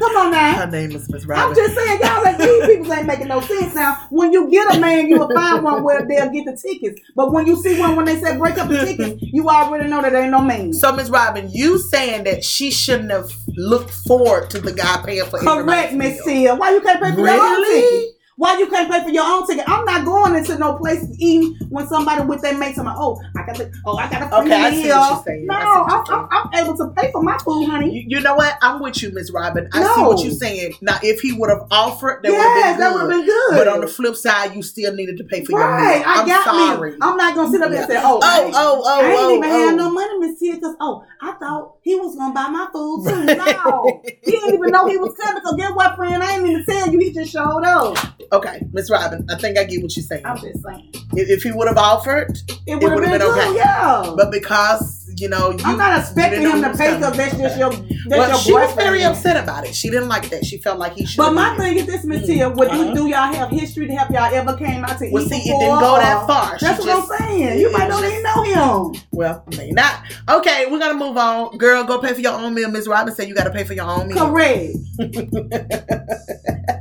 [SPEAKER 2] Come on now.
[SPEAKER 1] her name is Miss Robin.
[SPEAKER 2] I'm just saying, y'all like these people ain't making no sense now. When you get a man, you will find one where they'll get the tickets. But when you see one when they say break up the tickets, you already know that ain't no man.
[SPEAKER 1] so Miss Robin, you saying that she shouldn't have looked forward to the guy paying for
[SPEAKER 2] Correct,
[SPEAKER 1] everybody's
[SPEAKER 2] Miss
[SPEAKER 1] meal.
[SPEAKER 2] Tia. Why you can't pay for your own
[SPEAKER 1] Really?
[SPEAKER 2] ticket? Why you can't pay for your own ticket? I'm not going into no place eating when somebody with their makes my oh I got the oh I got a free
[SPEAKER 1] Okay, I see
[SPEAKER 2] meal.
[SPEAKER 1] what you're saying.
[SPEAKER 2] No,
[SPEAKER 1] I see what you're
[SPEAKER 2] I'm, I'm, I'm able to pay for my food, honey.
[SPEAKER 1] You, you know what? I'm with you, Miss Robin. I see
[SPEAKER 2] No.
[SPEAKER 1] what you're saying. Now, if he would have offered, that
[SPEAKER 2] yes, that
[SPEAKER 1] would
[SPEAKER 2] would
[SPEAKER 1] have
[SPEAKER 2] have
[SPEAKER 1] been good.
[SPEAKER 2] been good.
[SPEAKER 1] But on the flip side, you still needed to pay for your
[SPEAKER 2] right,
[SPEAKER 1] meal.
[SPEAKER 2] I
[SPEAKER 1] am
[SPEAKER 2] got
[SPEAKER 1] sorry.
[SPEAKER 2] me. I'm not gonna sit up there and say oh. I
[SPEAKER 1] oh,
[SPEAKER 2] ain't-
[SPEAKER 1] oh, oh,
[SPEAKER 2] I ain't
[SPEAKER 1] oh,
[SPEAKER 2] even
[SPEAKER 1] oh.
[SPEAKER 2] had no money, Miss Tia, because oh, I thought he was gonna buy my food too. No, he didn't even know he was coming. So get what, friend? I ain't even tell you. He just showed up.
[SPEAKER 1] Okay, Miss Robin, I think I get what you're saying.
[SPEAKER 2] I'm just saying,
[SPEAKER 1] If, if he would have offered,
[SPEAKER 2] it would have
[SPEAKER 1] would've
[SPEAKER 2] been,
[SPEAKER 1] been
[SPEAKER 2] good.
[SPEAKER 1] okay.
[SPEAKER 2] Yeah,
[SPEAKER 1] but because you know, you,
[SPEAKER 2] I'm not expecting
[SPEAKER 1] you didn't know
[SPEAKER 2] him to
[SPEAKER 1] who
[SPEAKER 2] pay
[SPEAKER 1] was
[SPEAKER 2] because
[SPEAKER 1] coming.
[SPEAKER 2] that's just your that's
[SPEAKER 1] Well,
[SPEAKER 2] your
[SPEAKER 1] she was
[SPEAKER 2] boyfriend.
[SPEAKER 1] very upset about it. She didn't like that. She felt like he should.
[SPEAKER 2] But my thing is this, Miss Tia, would
[SPEAKER 1] Uh-huh.
[SPEAKER 2] do, do y'all have history to help y'all ever came out to
[SPEAKER 1] well,
[SPEAKER 2] eat
[SPEAKER 1] see, it
[SPEAKER 2] before?
[SPEAKER 1] didn't go that
[SPEAKER 2] Or-
[SPEAKER 1] far. She
[SPEAKER 2] That's what
[SPEAKER 1] just,
[SPEAKER 2] I'm saying. You
[SPEAKER 1] it
[SPEAKER 2] might don't
[SPEAKER 1] just-
[SPEAKER 2] even know him.
[SPEAKER 1] Well, may not. Okay, we're gonna move on. Girl, go pay for your own meal. Miss Robin said you got to pay for your own meal.
[SPEAKER 2] Correct.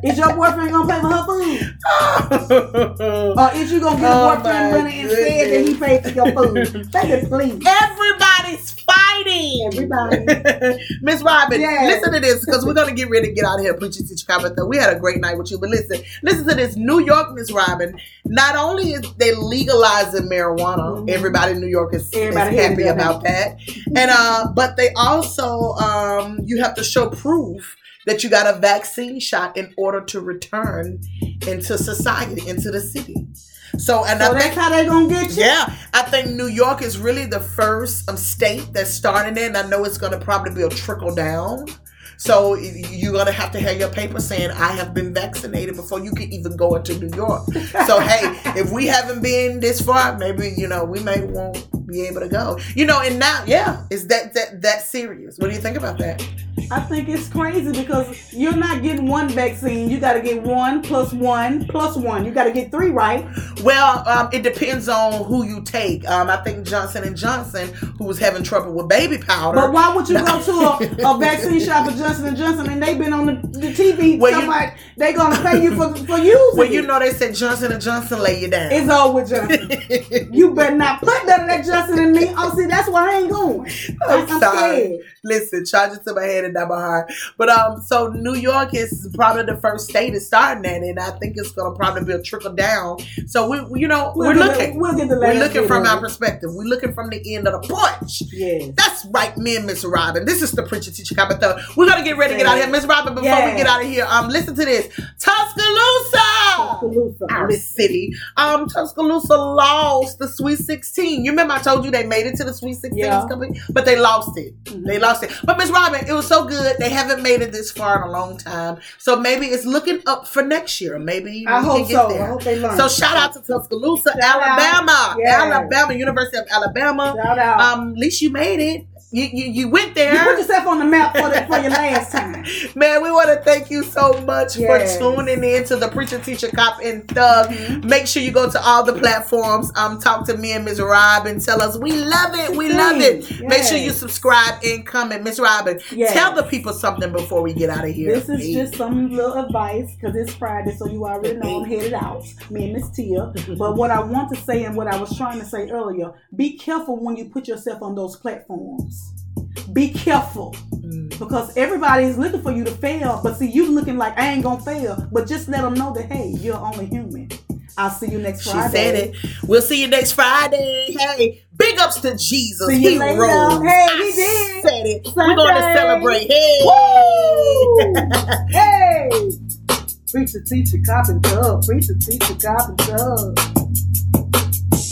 [SPEAKER 2] is your boyfriend gonna pay for her food, or is you gonna give
[SPEAKER 1] Oh,
[SPEAKER 2] your
[SPEAKER 1] my
[SPEAKER 2] boyfriend money instead that he paid for your food? Baby, please,
[SPEAKER 1] Everybody's fighting.
[SPEAKER 2] everybody.
[SPEAKER 1] Miss Robin,
[SPEAKER 2] Yes.
[SPEAKER 1] listen to this because we're gonna get ready to get out of here. Preaching to Chicago, though we had a great night with you, but listen, listen to this. New York, Miss Robin. Not only is they legalizing marijuana,
[SPEAKER 2] Mhm.
[SPEAKER 1] everybody in New York is, is
[SPEAKER 2] Everybody
[SPEAKER 1] happy
[SPEAKER 2] happy about
[SPEAKER 1] about that, and uh, but they also um, you have to show proof that you got a vaccine shot in order to return into society, into the city. So, and
[SPEAKER 2] So
[SPEAKER 1] I think
[SPEAKER 2] that's how they gonna get you.
[SPEAKER 1] yeah, I think New York is really the first um, state that's starting it, and I know it's going to probably be a trickle down. So y- you're going to have to have your paper saying, I have been vaccinated before you can even go into New York. So, hey, if we haven't been this far, maybe, you know, we may won't be able to go. You know, and now, yeah, is that, that, that serious? What do you think about that?
[SPEAKER 2] I think it's crazy because you're not getting one vaccine. You got to get one plus one plus one. You got to get three, right?
[SPEAKER 1] Well, um, it depends on who you take. Um, I think Johnson and Johnson, who was having trouble with baby powder,
[SPEAKER 2] But why would you go to a, a vaccine shop for Johnson and Johnson and they've been on the, the TV?
[SPEAKER 1] Well, you-
[SPEAKER 2] somebody they gonna pay you for for using.
[SPEAKER 1] Well, you
[SPEAKER 2] it.
[SPEAKER 1] know they said Johnson and Johnson lay you down.
[SPEAKER 2] it's all with Johnson. you better not put none of that Johnson in me. Oh, see, that's why I ain't going.
[SPEAKER 1] I'm
[SPEAKER 2] Like I'm
[SPEAKER 1] sorry.
[SPEAKER 2] scared.
[SPEAKER 1] Listen, charge it to my head and not my heart. But um, so New York is probably the first state that's starting that, and I think it's gonna probably be a trickle down. So we, we- you know,
[SPEAKER 2] We'll
[SPEAKER 1] we're
[SPEAKER 2] get the-
[SPEAKER 1] looking,
[SPEAKER 2] we'll get the
[SPEAKER 1] we're
[SPEAKER 2] last
[SPEAKER 1] looking
[SPEAKER 2] bit
[SPEAKER 1] from
[SPEAKER 2] of
[SPEAKER 1] our
[SPEAKER 2] it.
[SPEAKER 1] perspective. We're looking from the end of the porch.
[SPEAKER 2] Yes.
[SPEAKER 1] That's right, me and Miss Robin. This is the preacher teacher Capito. We're gonna get ready to get out of here, Miss Robin. Before
[SPEAKER 2] Yes.
[SPEAKER 1] we get out of here, um, listen to this, Tuscaloosa.
[SPEAKER 2] Tuscaloosa.
[SPEAKER 1] our city. Um, Tuscaloosa lost the Sweet 16. You remember I told you they made it to the Sweet 16,
[SPEAKER 2] Yeah.
[SPEAKER 1] company, but they lost it.
[SPEAKER 2] Mhm.
[SPEAKER 1] They lost it. But Miss Robin, it was so good. They haven't made it this far in a long time. So maybe it's looking up for next year. Maybe
[SPEAKER 2] I
[SPEAKER 1] we
[SPEAKER 2] hope
[SPEAKER 1] can get
[SPEAKER 2] so. I
[SPEAKER 1] there.
[SPEAKER 2] hope they learn.
[SPEAKER 1] So shout out to Tuscaloosa,
[SPEAKER 2] out.
[SPEAKER 1] Alabama,
[SPEAKER 2] Yes.
[SPEAKER 1] Alabama, University of Alabama.
[SPEAKER 2] Shout out.
[SPEAKER 1] Um, at least you made it. You you, you went there.
[SPEAKER 2] you put yourself on the map for, the, for your last time.
[SPEAKER 1] Man, we want to thank you so much
[SPEAKER 2] Yes. Mm-hmm.
[SPEAKER 1] for tuning in to the Preacher, Teacher, Cop, and Thug. Make sure you go to all the platforms. Um, talk to me and Miss Robin. Tell us we love it. We love it.
[SPEAKER 2] Please,
[SPEAKER 1] Make sure
[SPEAKER 2] yes.
[SPEAKER 1] you subscribe and comment. Miss Robin,
[SPEAKER 2] Yes.
[SPEAKER 1] tell the people something before we get out of here.
[SPEAKER 2] This is
[SPEAKER 1] please.
[SPEAKER 2] just some little advice because it's Friday, so you already know I'm headed out, me and Miss Tia. But what I want to say and what I was trying to say earlier be careful when you put yourself on those platforms. Be careful
[SPEAKER 1] Mm.
[SPEAKER 2] because everybody is looking for you to fail. But see, you looking like I ain't gonna fail. But just let them know that hey, you're only human. I'll see you next
[SPEAKER 1] She
[SPEAKER 2] Friday.
[SPEAKER 1] said it. We'll see you next Friday. Hey, big ups to Jesus.
[SPEAKER 2] See you
[SPEAKER 1] he
[SPEAKER 2] later.
[SPEAKER 1] rose.
[SPEAKER 2] Hey,
[SPEAKER 1] I
[SPEAKER 2] he did.
[SPEAKER 1] Said it. We're going to
[SPEAKER 2] Sunday.
[SPEAKER 1] celebrate. Hey.
[SPEAKER 2] Woo! hey. Preacher, teacher, cop, and tub. Preacher, teacher, cop, and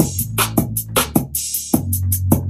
[SPEAKER 2] tub.